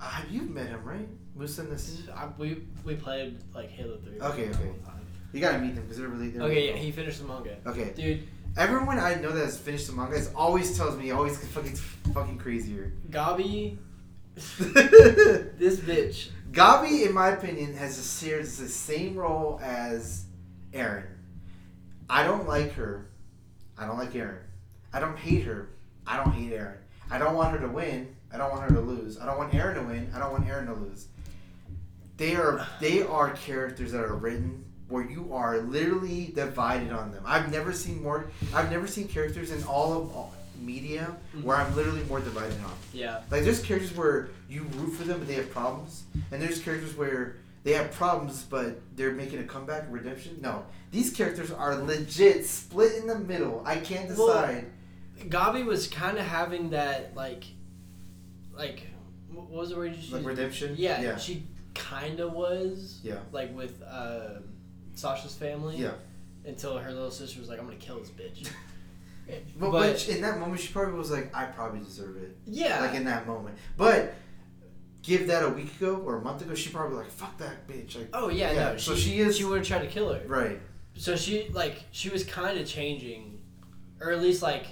S1: uh, you've met him, right? Musa and this.
S4: I, we we played like Halo Three.
S1: Okay,
S4: the whole
S1: okay.
S4: time.
S1: You gotta meet them because they're really. They're really
S4: Okay, yeah,
S1: cool.
S4: he finished the manga.
S1: Okay.
S4: Dude,
S1: Everyone I know that's finished the manga is always tells me always gets fucking fucking crazier.
S4: Gabi, this bitch.
S1: Gabi, in my opinion, has a shares the same role as Aaron. I don't like her. I don't like Aaron. I don't hate her. I don't hate Aaron. I don't want her to win. I don't want her to lose. I don't want Aaron to win. I don't want Aaron to lose. They are they are characters that are written where you are literally divided on them. I've never seen more. I've never seen characters in all of all media where I'm literally more divided on.
S4: Yeah.
S1: Like there's characters where you root for them but they have problems, and there's characters where they have problems but they're making a comeback, redemption. No, these characters are legit split in the middle. I can't
S4: Well-
S1: decide.
S4: Gabi was kind of having that like, like, wh- what was the word you
S1: like
S4: used?
S1: redemption.
S4: Yeah,
S1: yeah,
S4: she kind of was
S1: yeah,
S4: like with uh, Sasha's family.
S1: yeah.
S4: Until her little sister was like, "I'm gonna kill this bitch."
S1: But,
S4: But-
S1: but in that moment, she probably was like, "I probably deserve it."
S4: yeah.
S1: Like in that moment, but give that a week ago or a month ago, she probably like, "Fuck that bitch!" Like,
S4: oh yeah.
S1: Yeah,
S4: No,
S1: so she is-
S4: She would have tried to kill her.
S1: right
S4: So she like she was kind of changing, or at least like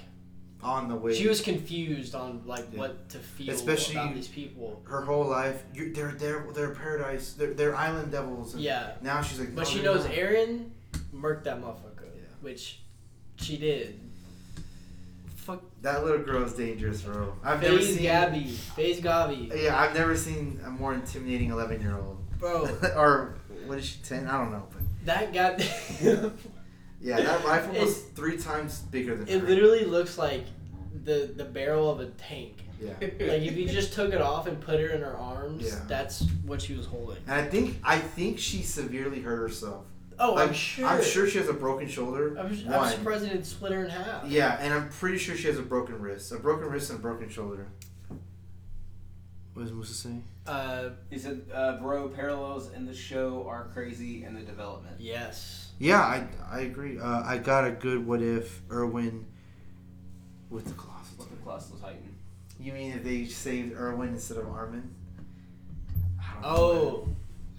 S1: on the way.
S4: she was confused on like
S1: Yeah.
S4: what to feel
S1: Especially-
S4: about these people.
S1: her whole life. You're, they're they're they're paradise. They're, they're island devils. And
S4: Yeah.
S1: Now she's like,
S4: But
S1: "No,
S4: she
S1: they're
S4: knows
S1: not."
S4: Aaron murked that motherfucker,
S1: Yeah.
S4: which she did. Fuck.
S1: That little girl is dangerous, bro. I've never
S4: Phase
S1: seen.
S4: Gabby. Phase Gabby.
S1: Yeah, I've never seen a more intimidating eleven-year-old.
S4: Bro,
S1: or what is she? Ten? I don't know. But
S4: that got.
S1: yeah, that rifle was
S4: It's-
S1: three times bigger than.
S4: it
S1: her.
S4: literally looks like the the barrel of a tank.
S1: Yeah.
S4: Like if you just took it off and put her in her arms,
S1: Yeah.
S4: that's what she was holding.
S1: And I think I think she severely hurt herself.
S4: Oh,
S1: Like,
S4: I'm sure.
S1: I'm sure she has a broken shoulder.
S4: I'm, su- I'm
S1: One.
S4: surprised it didn't split her in half.
S1: Yeah, and I'm pretty sure she has a broken wrist, a broken wrist, and a broken shoulder. What does Musa say?
S4: Uh,
S9: He said, uh, "Bro, parallels in the show are crazy in the development."
S4: yes.
S1: Yeah, I, I agree. Uh, I got a good what if Irwin with the Colossus.
S9: With the Colossal Titan.
S1: You mean if they saved Irwin instead of Armin? I don't know,
S4: Oh.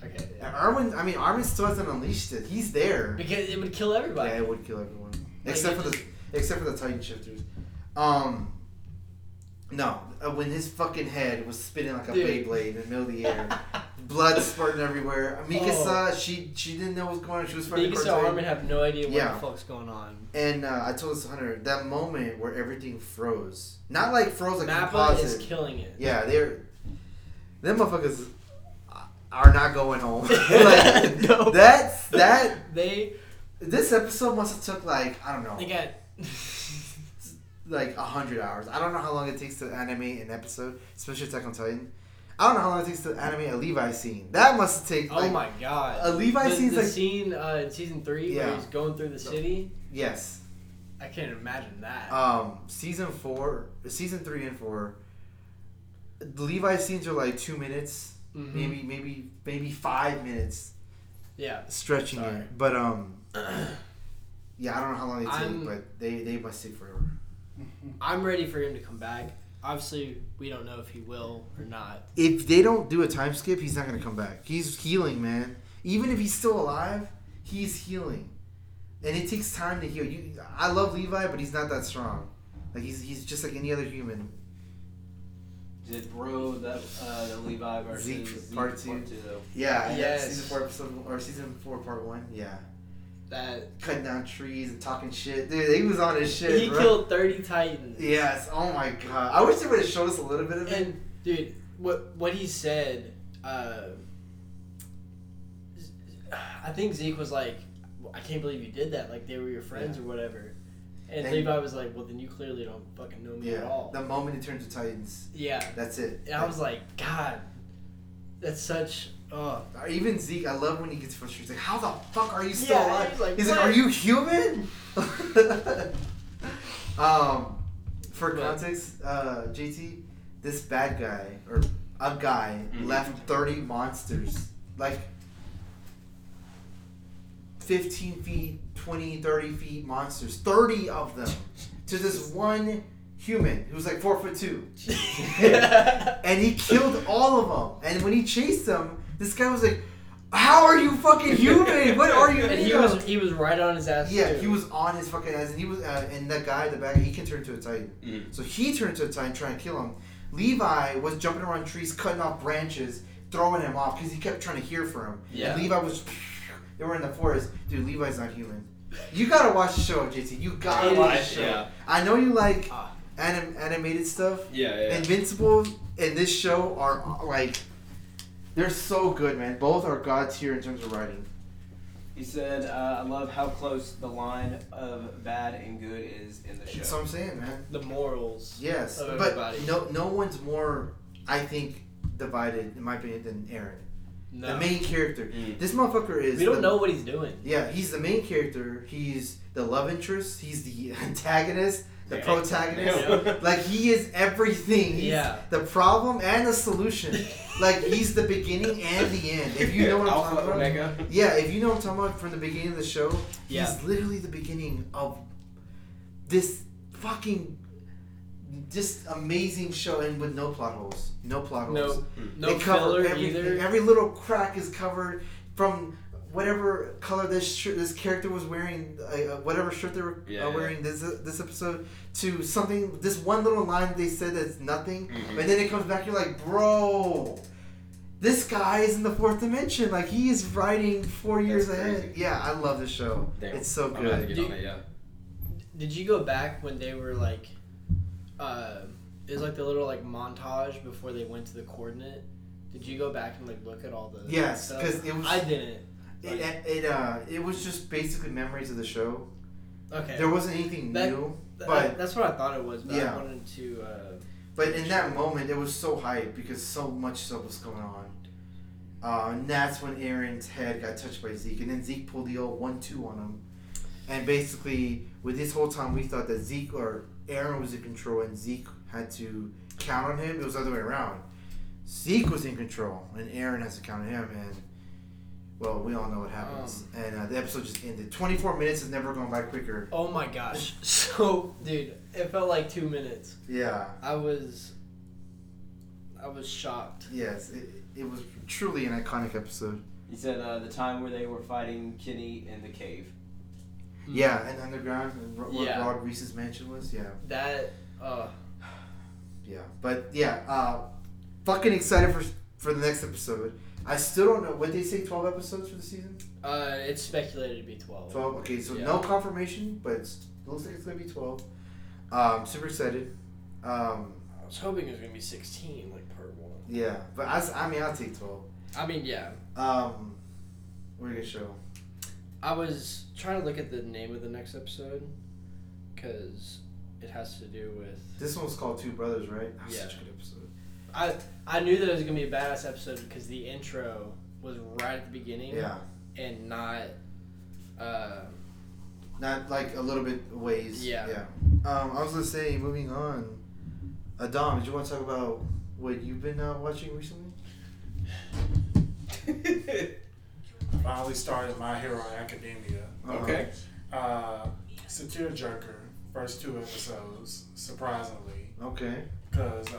S4: Okay.
S1: man. And Irwin, I mean, Armin still hasn't unleashed it. He's there.
S4: Because it would kill everybody.
S1: Yeah, it would kill everyone except
S4: it
S1: for the except for the Titan shifters. Um, no, uh, when his fucking head was spinning like a
S4: Dude.
S1: Beyblade in the middle of the air, blood spurting everywhere. Mikasa, she she didn't know what was going on. She was fucking
S4: Big Star Oh. Armin have no idea what
S1: Yeah.
S4: the fuck's going on.
S1: And uh, I told this to Hunter that moment where everything froze. Not like froze like
S4: Mappa
S1: composite.
S4: is killing it.
S1: Yeah, they're them motherfuckers are not going home. like,
S4: No.
S1: That's that.
S4: They
S1: This episode must have took like I don't know,
S4: they got
S1: like a hundred hours. I don't know how long it takes to animate an episode, especially Attack on Titan. I don't know how long it takes to animate a Levi scene. That must take.
S4: Oh
S1: like,
S4: my god.
S1: a Levi
S4: the,
S1: scene's
S4: the
S1: like-
S4: scene uh, in season three
S1: Yeah.
S4: where he's going through the city.
S1: Yes.
S4: I can't imagine that.
S1: Um, season four, season three and four. The Levi scenes are like two minutes,
S4: Mhm.
S1: maybe maybe maybe five minutes.
S4: Yeah.
S1: stretching
S4: Sorry.
S1: it. But um, yeah, I don't know how long they take,
S4: I'm-
S1: but they they must take forever.
S4: I'm ready for him to come back. Obviously, we don't know if he will or not.
S1: If they don't do a time skip, he's not gonna come back. He's healing, man. Even if he's still alive, he's healing, and it takes time to heal. You, I love Levi, but he's not that strong. Like he's he's just like any other human.
S9: Did bro that uh, the Levi versus
S1: Zeke,
S9: Zeke
S1: part two. Yeah. and
S4: Yes.
S1: Season four episode or season four part one. Yeah.
S4: That
S1: Cutting down trees and talking shit, dude. He was on his shit,
S4: he
S1: bro.
S4: killed thirty titans.
S1: yes. Oh my god. I wish they would have showed us a little bit of it.
S4: And dude, what what he said, uh, I think Zeke was like, "I can't believe you did that. Like they were your friends or whatever." And,
S1: And-
S4: Levi was like, "Well, then you clearly don't fucking know me at
S1: Yeah.
S4: all."
S1: The moment it turns to Titans,
S4: yeah.
S1: that's it.
S4: And I was like, "God, that's such." Oh,
S1: Even Zeke, I love when he gets frustrated. He's like, how the fuck are you still
S4: Yeah,
S1: alive?
S4: he's like,
S1: He's like,
S4: "What?"
S1: are you human? um, for
S4: But-
S1: context, uh, JT, this bad guy, or a guy,
S4: Mm-hmm.
S3: Mhm.
S1: left 30 monsters. Like, 15 feet, 20, 30 feet monsters. 30 of them. To this one human who's like 4 foot 2 and he killed all of them. And when he chased them, this guy was like, "How are you fucking human? What are you?"
S4: and he
S1: made of?"
S4: was he was right on his ass.
S1: yeah,
S4: too.
S1: he was on his fucking ass, and he was, uh, and that guy, at the back, he can turn into a titan.
S4: Mm-hmm.
S3: Mhm.
S1: So he turned into a titan, trying to kill him. Levi was jumping around trees, cutting off branches, throwing him off because he kept trying to hear for him.
S3: Yeah.
S1: and Levi was. They were in the forest, dude. Levi's not human. You gotta watch the show, JT. You gotta
S4: It
S1: watch the
S4: is-
S1: show.
S3: yeah.
S1: I know you like
S4: Ah.
S1: anim- animated stuff,
S3: Yeah, yeah, yeah.
S1: Invincible and this show are like, they're so good, man. Both are god tier in terms of writing.
S9: He said, uh, "I love how close the line of bad and good is in the show."
S1: That's what I'm saying, man.
S4: the morals.
S1: Yes,
S4: Of
S1: but
S4: everybody.
S1: no, no one's more, I think, divided in my opinion than Aaron,
S4: No,
S1: the main character.
S3: Mm.
S1: This motherfucker is.
S4: we don't
S1: the-
S4: know what he's doing.
S1: Yeah, he's the main character. He's the love interest. He's the antagonist. The
S3: Yeah.
S1: protagonist.
S4: Yeah.
S1: Like he is everything. He's
S4: Yeah.
S1: The problem and the solution. like he's the beginning and the end. If you know what I'm
S3: Alpha
S1: talking about.
S3: Omega.
S1: Yeah, if you know what I'm talking about from the beginning of the show,
S4: Yeah.
S1: he's literally the beginning of this fucking just amazing show and with no plot holes. No plot holes.
S4: No, hmm. no
S1: They cover
S4: filler
S1: everything.
S4: either.
S1: Every little crack is covered from whatever color this shirt, this character was wearing, uh, uh, whatever shirt they were
S3: Yeah,
S1: uh,
S3: yeah.
S1: wearing this this episode, to something. This one little line they said that's nothing,
S3: Mhm.
S1: and then it comes back. You're like, bro, this guy is in the fourth dimension. Like he is writing four years ahead.
S3: crazy.
S1: Yeah, I love this show.
S3: Damn.
S1: It's so
S3: I'm about to
S1: good.
S3: get
S4: Dude.
S3: on it, yeah.
S4: Did you go back when they were like, uh, it was like the little like montage before they went to the coordinate? Did you go back and like look at all the
S1: Yes,
S4: stuff?
S1: 'cause it was-
S4: I didn't.
S1: It, it uh it was just basically memories of the show.
S4: Okay,
S1: There wasn't anything
S4: That-
S1: new,
S4: Th-
S1: but
S4: that's what I thought it was. But
S1: Yeah.
S4: I wanted to. Uh,
S1: But in that moment, it was so hype because so much stuff was going on. Uh, and that's when Aaron's head got touched by Zeke, and then Zeke pulled the old one-two on him. And basically, with this whole time, we thought that Zeke or Aaron was in control, and Zeke had to count on him. It was the other way around. Zeke was in control, and Aaron has to count on him. And well, we all know what happens. and uh, the episode just ended. Twenty-four minutes has never gone by quicker.
S4: oh my gosh! So, dude, it felt like two minutes.
S1: Yeah.
S4: I was, I was shocked.
S1: Yes. It, it was truly an iconic episode.
S9: He said, uh, "The time where they were fighting Kenny in the cave."
S1: Yeah, and underground, and ro- what
S4: Mm. Yeah.
S1: Rod Reese's mansion was. Yeah,
S4: That. Uh,
S1: yeah. But yeah, uh, fucking excited for for the next episode. I still don't know. What they say, twelve episodes for the season?
S4: uh, it's speculated to be twelve.
S1: Twelve. Okay, so
S4: Yeah.
S1: no confirmation, but it's, it looks like it's gonna be twelve. Um, super excited. Um,
S4: I was hoping it was gonna be sixteen, like part one.
S1: yeah, but I, s- I mean, I'll take twelve.
S4: I mean, yeah.
S1: Um, we're gonna show.
S4: I was trying to look at the name of the next episode because it has to do with.
S1: This one was called Two Brothers, right? That was
S4: Yeah.
S1: Such a good episode.
S4: I I knew that it was gonna be a badass episode because the intro was right at the beginning
S1: Yeah,
S4: and not. Uh,
S1: not like a little bit ways.
S4: Yeah.
S1: Yeah. Um, I was gonna say, moving on. Uh, Dom, did you want to talk about what you've been uh, watching recently? Uh-huh.
S2: Finally started My Hero Academia.
S1: Uh,
S3: okay.
S2: Uh, Satir Jerker, first two episodes, surprisingly.
S1: Okay.
S2: Because,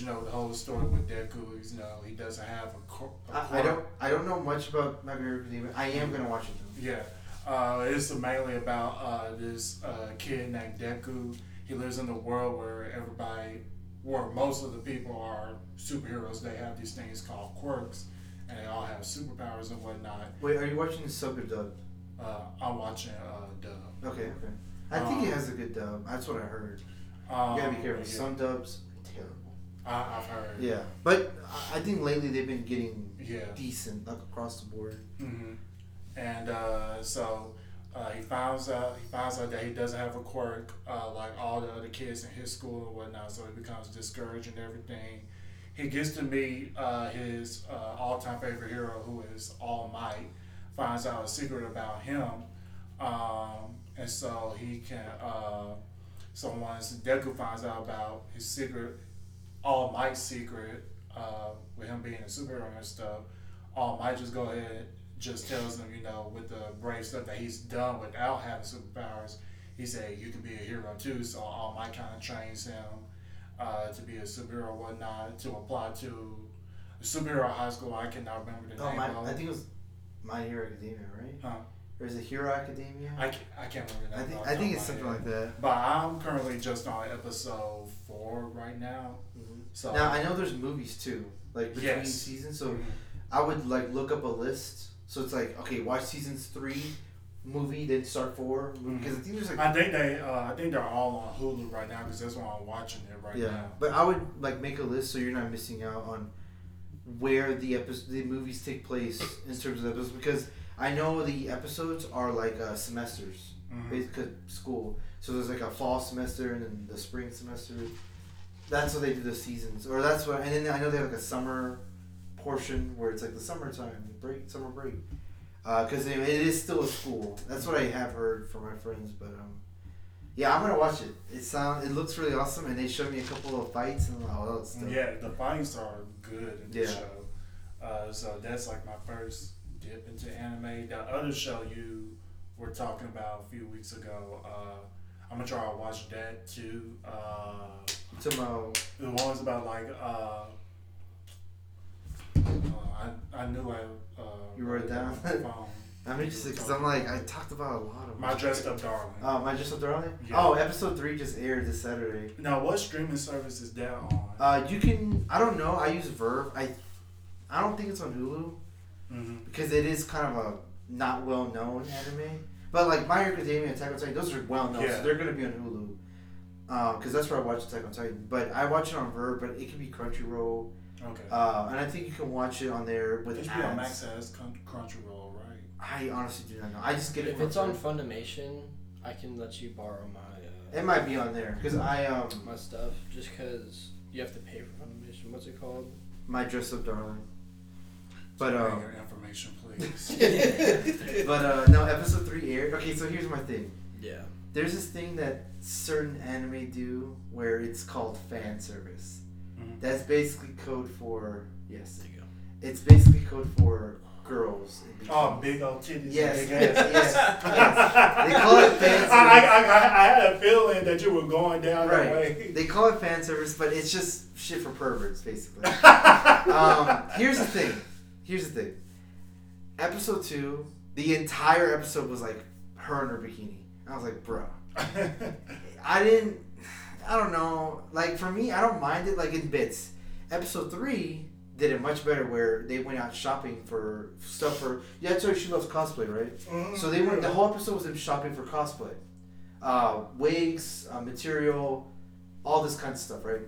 S2: you know, the whole story with Deku, is, you know, he doesn't have a, cor- a
S1: I, I
S2: quirk.
S1: don't. I don't know much about My Hero Academia. I am gonna watch it though.
S2: Yeah. Uh, it's mainly about uh, this uh, kid named Deku. He lives in a world where everybody, where most of the people are superheroes. They have these things called quirks, and they all have superpowers and whatnot.
S1: Wait, are you watching the sub or dub?
S2: Uh, I'm watching uh, Dub.
S1: Okay. Okay. I think it
S2: Um,
S1: has a good dub. That's what I heard.
S2: Um,
S1: you gotta be careful.
S2: yeah.
S1: Some dubs are terrible.
S2: I, I've heard.
S1: Yeah, but I- I think lately they've been getting
S2: Yeah.
S1: decent like across the board.
S2: hmm And Mm-hmm. uh, so uh, Uh, he finds out he finds out that he doesn't have a quirk uh, like all the other kids in his school and whatnot, so he becomes discouraged and everything. He gets to meet uh, his uh, all-time favorite hero, who is All Might. Finds out a secret about him, um, and so he can. Uh, so once Deku finds out about his secret, All Might's secret, uh, with him being a superhero and stuff, All Might just go ahead just tells him, you know, with the brave stuff that he's done without having superpowers, he said, you can be a hero too. So All Might kind of trains him uh, to be a superhero and whatnot, to apply to a superhero high school. I cannot remember the
S1: Oh,
S2: name
S1: my,
S2: of
S1: I think it was My Hero Academia, right?
S2: Huh.
S1: Or is it Hero Academia?
S2: I, can't, I can't remember
S1: I
S2: that.
S1: think
S2: off the
S1: I
S2: top
S1: think
S2: of
S1: it's
S2: my
S1: something
S2: head.
S1: like that.
S2: But I'm currently just on episode four right now. So
S1: Now I know there's movies too, like between
S2: Yes.
S1: seasons. So I would like look up a list. So it's like okay, watch seasons three, movie, then start four. Because I think there's like
S2: Mm-hmm. I think they, uh, I think they're all on Hulu right now because that's why I'm watching it right
S1: yeah.
S2: now.
S1: But I would like make a list so you're not missing out on where the episode the movies take place in terms of episodes because I know the episodes are like uh, semesters.
S2: Mhm.
S1: basically school. So there's like a fall semester and then the spring semester. That's what they do the seasons, or that's what. And then I know they have like a summer portion where it's like the summertime break, summer break, because it it is still a school. That's what I have heard from my friends, but um, yeah, I'm gonna watch it. It sound it looks really awesome, and they showed me a couple of fights and all that stuff.
S2: Mm-hmm. Yeah, the fights are good in the
S1: Yeah.
S2: show. Uh, so that's like my first dip into anime. The other show you were talking about a few weeks ago, uh, I'm gonna try to watch that too. Uh,
S1: Tomorrow,
S2: the ones about like uh, uh, I I knew I uh,
S1: You wrote it down?
S2: my phone.
S1: I'm interested because I'm like I talked about a lot of.
S2: my dressed up darling.
S1: Oh, my just darling.
S2: Yeah.
S1: Oh, episode three just aired this Saturday.
S2: now what streaming service is that on?
S1: Uh, you can. I don't know. I use Verve. I, I don't think it's on Hulu
S2: mm-hmm.
S1: because it is kind of a not well known anime. But like My Hero Academia, Attack on Titan, those are well known,
S2: Yeah.
S1: so they're gonna be on Hulu. Because that's where I watch Attack on Titan. But I watch it on Verve, but it can be Crunchyroll,
S2: Okay.
S1: uh, and I think you can watch it on there with
S2: HBO
S1: ads.
S2: Max has Crun- Crunchyroll, right?
S1: I honestly do not know. I just get it.
S4: If
S1: from
S4: it's on
S1: Verve.
S4: Funimation, I can let you borrow my
S1: it
S4: uh,
S1: might be on there because I um
S4: my stuff just because you have to pay for Funimation. What's it called?
S1: my dress up darling. But
S2: Bring
S1: um.
S2: your information, please.
S1: But uh, no, episode three aired. Okay, so here's my thing.
S4: Yeah.
S1: there's this thing that certain anime do where it's called fan service.
S2: Mhm.
S1: That's basically code for yes.
S4: There you go.
S1: It's basically code for girls. in bikinis.
S2: Oh, big old titties.
S1: Yes,
S2: And big
S1: yes,
S2: ass.
S1: yes, yes. They call it fancy.
S2: I, I, I, I had a feeling that you were going down that
S1: Right.
S2: way.
S1: They call it fan service, but it's just shit for perverts, basically. um, here's the thing. Here's the thing. Episode two, the entire episode was like her in her bikini. I was like, bruh. I didn't. I don't know. Like for me, I don't mind it. Like in bits. Episode three did it much better, where they went out shopping for stuff for. Yeah, that's why she loves cosplay, right? So they went. The whole episode was them shopping for cosplay, uh, wigs, uh, material, all this kind of stuff, right?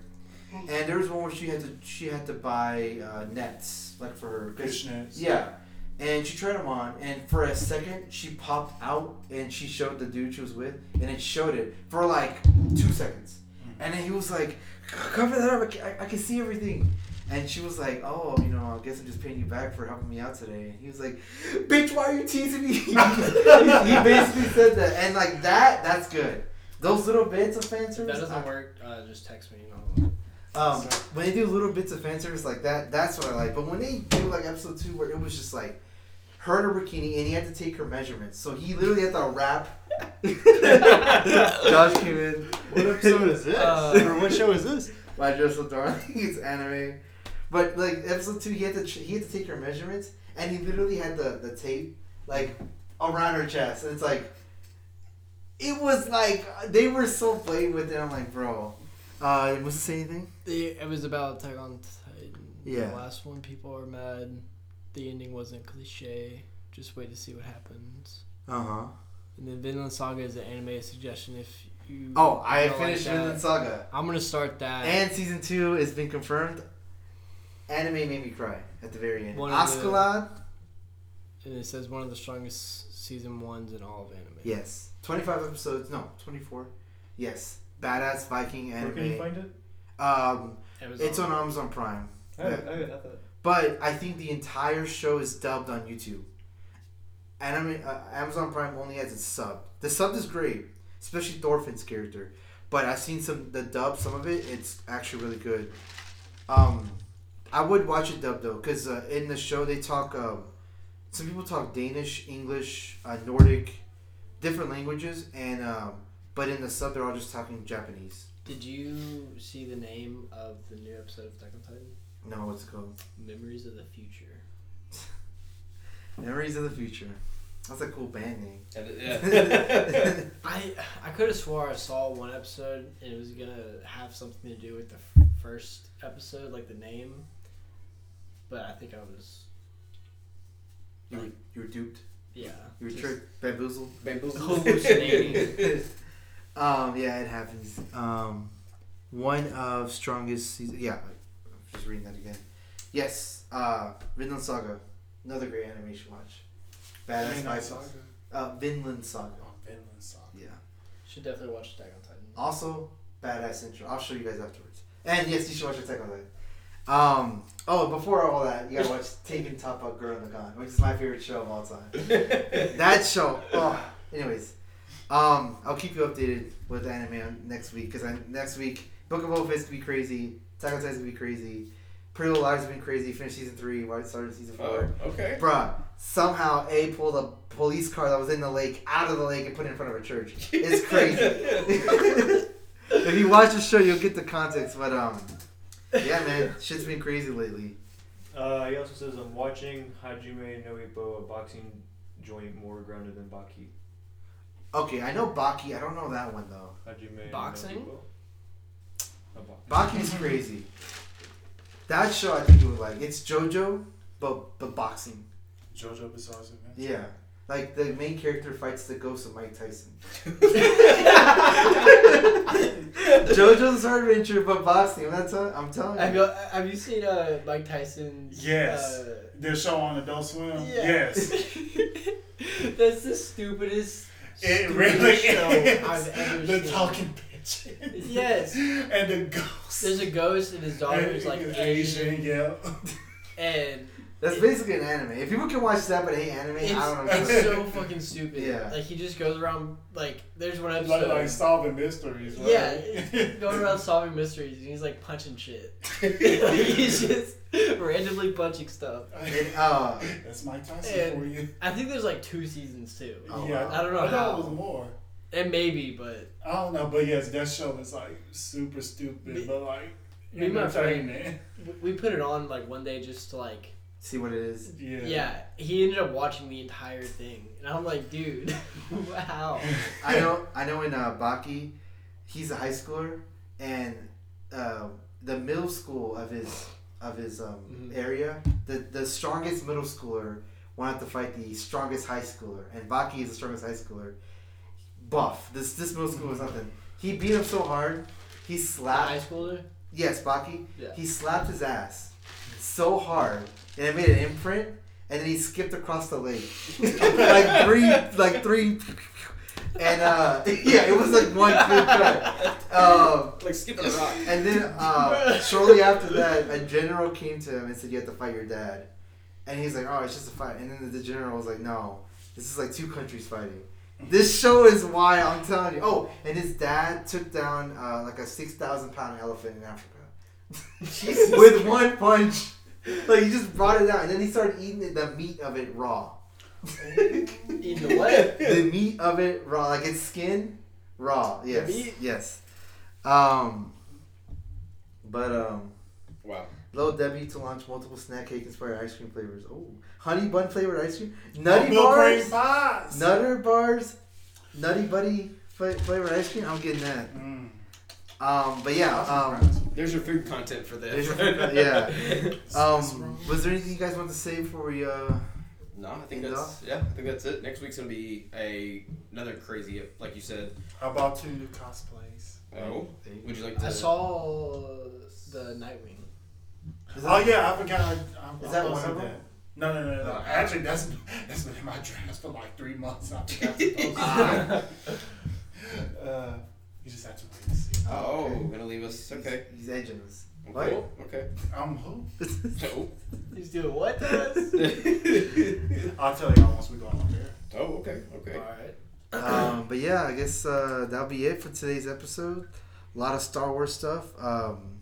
S1: And there was one where she had to she had to buy uh, nets, like for her
S2: Fishnets.
S1: yeah. And she tried them on, and for a second, she popped out and she showed the dude she was with, and it showed it for like two seconds.
S4: Mm-hmm.
S1: And then he was like, Cover that up, I can, I, I can see everything. And she was like, Oh, you know, I guess I'm just paying you back for helping me out today. And he was like, Bitch, why are you teasing me? he basically said that. And like that, that's good. Those little bits of fan
S4: If
S1: service.
S4: that
S1: I-
S4: doesn't work, uh, just text me. And I'll...
S1: um, when they do little bits of fan service like that, that's what I like. But when they do like episode two, where it was just like her in a bikini and he had to take her measurements, so he literally had to wrap. Josh came in.
S8: What episode is this?
S4: Uh,
S8: or what show is this?
S1: My dress so darling. It's anime, but like episode two, he had to ch- he had to take her measurements, and he literally had the the tape like around her chest, and it's like. It was like they were so blatant with it. I'm like, bro. Uh, was this anything?
S4: The, it was about Attack on Titan.
S1: Yeah.
S4: The last one, people are mad. The ending wasn't cliche. Just wait to see what happens.
S1: Uh
S5: Uh-huh.
S1: huh.
S4: And then Vinland Saga is an anime suggestion if you.
S1: Oh, I
S4: don't like
S1: finished
S4: that.
S1: Vinland Saga.
S4: I'm gonna start that.
S1: And season two has been confirmed. Anime made me cry at the very end.
S4: One of the-
S1: Ascalon,
S4: and it says one of the strongest season ones in all of anime.
S1: Yes. 25 episodes. No, 24. Yes. Badass Viking
S5: Where can you
S1: anime.
S5: find it?
S1: Um,
S4: Amazon.
S1: it's on Amazon Prime.
S5: I haven't, I haven't had that.
S1: But I think the entire show is dubbed on YouTube. Anime, uh, Amazon Prime only has its sub. The sub is great, especially Thorfinn's character. But I've seen some the dub, some of it. It's actually really good. Um, I would watch it dub though, because uh, in the show they talk. Um, some people talk Danish, English, uh, Nordic, different languages, and um, but in the sub they're all just talking Japanese.
S4: Did you see the name of the new episode of Attack on Titan?
S1: No, what's it called?
S4: Memories of the Future.
S1: Memories of the Future. That's a cool band name.
S3: Yeah.
S4: I I could have swore I saw one episode and it was gonna have something to do with the f- first episode, like the name. But I think I was
S1: You were, you were duped.
S4: yeah.
S1: You were
S4: just Oh,
S1: tricked, bamboozled.
S4: hallucinating.
S1: Um, yeah, it happens. Um, one of strongest season. Yeah, I'm just reading that again. Yes, uh, Vinland Saga, another great animation watch. Badass
S2: Midnight
S1: Vikings.
S2: Saga.
S1: Uh, Vinland Saga.
S2: Oh, Vinland Saga.
S1: Yeah.
S4: Should definitely watch Attack on Titan.
S1: Also, badass intro. I'll show you guys afterwards. And yes, you should watch Attack on Titan. Um, oh, before all that, you gotta watch Taken Top Up Girl in the Gun, which is my favorite show of all time. that show. Oh, anyways, um, I'll keep you updated with anime on next week because next week Book of Oath is gonna be crazy. Attack on Titan's gonna be crazy. Pretty Little Lies has been crazy. Finished season three. Why started season four?
S8: Uh,
S3: Oh, okay.
S1: Bruh, somehow A pulled a police car that was in the lake out of the lake and put it in front of a church. It's crazy. if you watch the show, you'll get the context. But um, yeah, man, shit's been crazy lately.
S10: Uh, he also says, I'm watching Hajime no Ippo, a boxing joint more grounded than Baki.
S1: Okay, I know Baki. I don't know that one though.
S10: Hajime
S4: Boxing?
S10: no Ippo? A box.
S1: Baki's crazy. That show I think you would like. It's JoJo, but but boxing.
S2: JoJo Bizarre Adventure.
S1: Yeah, like the main character fights the ghost of Mike Tyson. JoJo's Hard Adventure, but boxing. That's what I'm telling you.
S4: Have you, have you seen uh, Mike Tyson's?
S2: Yes.
S4: Uh,
S2: Their show on Adult Swim. Yes.
S4: That's the stupidest.
S2: It
S4: stupidest
S2: really
S4: show I've ever
S2: is. The
S4: seen.
S2: talking bitch.
S4: Yes.
S2: and the ghost.
S4: There's a ghost and his daughter is like
S2: And-
S4: Asian,
S2: Yeah.
S4: and
S1: That's basically an anime. If people can watch that but hate anime,
S4: it's,
S1: I don't know.
S4: it's so fucking stupid.
S1: Yeah.
S4: Like he just goes around like there's one
S2: Like,
S4: episode.
S2: like solving mysteries. Right?
S4: yeah, he's going around solving mysteries and he's like punching shit. he's just randomly punching stuff.
S1: It, uh,
S2: That's Mike Tyson
S4: And-
S2: for you.
S4: I think there's like two seasons too.
S1: Oh,
S2: yeah.
S1: wow.
S4: I don't know
S2: I thought it
S4: how.
S2: was more.
S4: And maybe, but
S2: I don't know, but yes, that show is like super stupid,
S4: Me-
S2: but like
S4: me and my friend-
S2: entertainment.
S4: w- we put it on like one day just to like
S1: see what it is.
S2: Yeah.
S4: Yeah, he ended up watching the entire thing, and I'm like, dude, wow.
S1: I know. I know. In uh, Baki, he's a high schooler, and uh, the middle school of his of his um,
S4: Mhm.
S1: area, the the strongest middle schooler wanted to fight the strongest high schooler, and Baki is the strongest high schooler. Buff. This this middle school was nothing. He beat him so hard, he
S4: The Mm-hmm. high
S1: slapped.
S4: schooler.
S1: Yes, Baki.
S4: Yeah.
S1: He slapped his ass so hard, and it made an imprint. And then he skipped across the lake, like three, like three, and uh, yeah, it was like one clear cut. Um,
S3: Like skipping a rock.
S1: and then uh, shortly after that, a general came to him and said, "You have to fight your dad." And he's like, "Oh, it's just a fight." And then the general was like, "No, this is like two countries fighting." This show is why I'm telling you. Oh, and his dad took down uh, like a six thousand pound elephant in Africa with one punch. Like he just brought it out, and then he started eating it- the meat of it raw.
S4: In the what?
S1: the meat of it raw, like its skin raw. Yes,
S4: meat?
S1: yes. Um, but um,
S3: Wow.
S1: Low Debbie to launch multiple snack cake inspired ice cream flavors. Oh, honey bun flavored ice cream, nutty
S2: Oh, Milk
S1: bars,
S2: cream pies.
S1: nutter bars, nutty buddy fla- flavored ice cream. I'm getting that.
S2: Mm.
S1: Um, but yeah, um,
S3: There's your food content for
S1: There's
S3: this.
S1: your food con- yeah. um,
S2: wrong.
S1: was there anything you guys want to say before we uh?
S3: No, I think
S1: End
S3: that's yeah. I think that's it. Next week's gonna be a another crazy, like you said.
S2: How about two new cosplays?
S3: Oh, would you like to?
S4: I saw the Nightwing.
S1: Is
S2: Oh
S1: that-
S2: yeah, I forgot. I, I,
S1: Is that
S2: I
S1: one
S2: posted
S1: of them?
S2: that. No, no, no, no.
S1: Uh,
S2: Actually, that's that's been in my drafts for like three months. I forgot to post it. uh, you just have to wait and see.
S3: Oh,
S1: okay.
S3: gonna leave us. Okay.
S1: He's, he's engines.
S2: Oh,
S3: Well,
S1: What?
S3: cool. Okay.
S2: I'm Um, who?
S3: So.
S4: He's doing what to us?
S2: I'll tell y'all once we go out there.
S3: oh, okay. Okay.
S4: Alright.
S1: um, but yeah, I guess uh, that'll be it for today's episode. A lot of Star Wars stuff. Um,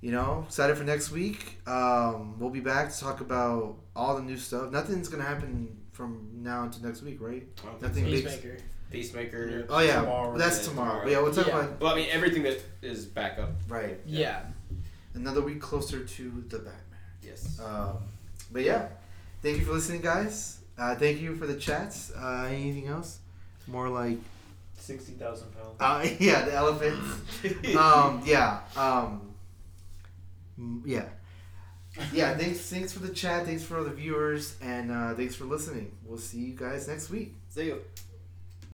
S1: you know, excited for next week. Um, we'll be back to talk about all the new stuff. Nothing's gonna happen from now until next week, right?
S3: Well,
S1: Nothing big.
S4: Peacemaker.
S3: Peacemaker.
S1: Oh yeah,
S2: Tomorrow,
S1: that's
S3: yeah,
S1: tomorrow.
S3: tomorrow.
S1: But yeah, we'll talk
S4: Yeah.
S1: about
S3: Well, I mean, everything that is back up.
S1: right
S4: Yeah.
S1: another week closer to the Batman.
S3: Yes.
S1: Um, but yeah, thank you for listening, guys. Uh, thank you for the chats. Uh, anything else? More like
S10: Sixty thousand pounds.
S1: uh, yeah, the elephants. um, yeah. Um, mm, yeah. Yeah, thanks thanks for the chat, thanks for all the viewers, and uh, thanks for listening. We'll see you guys next week.
S3: See you.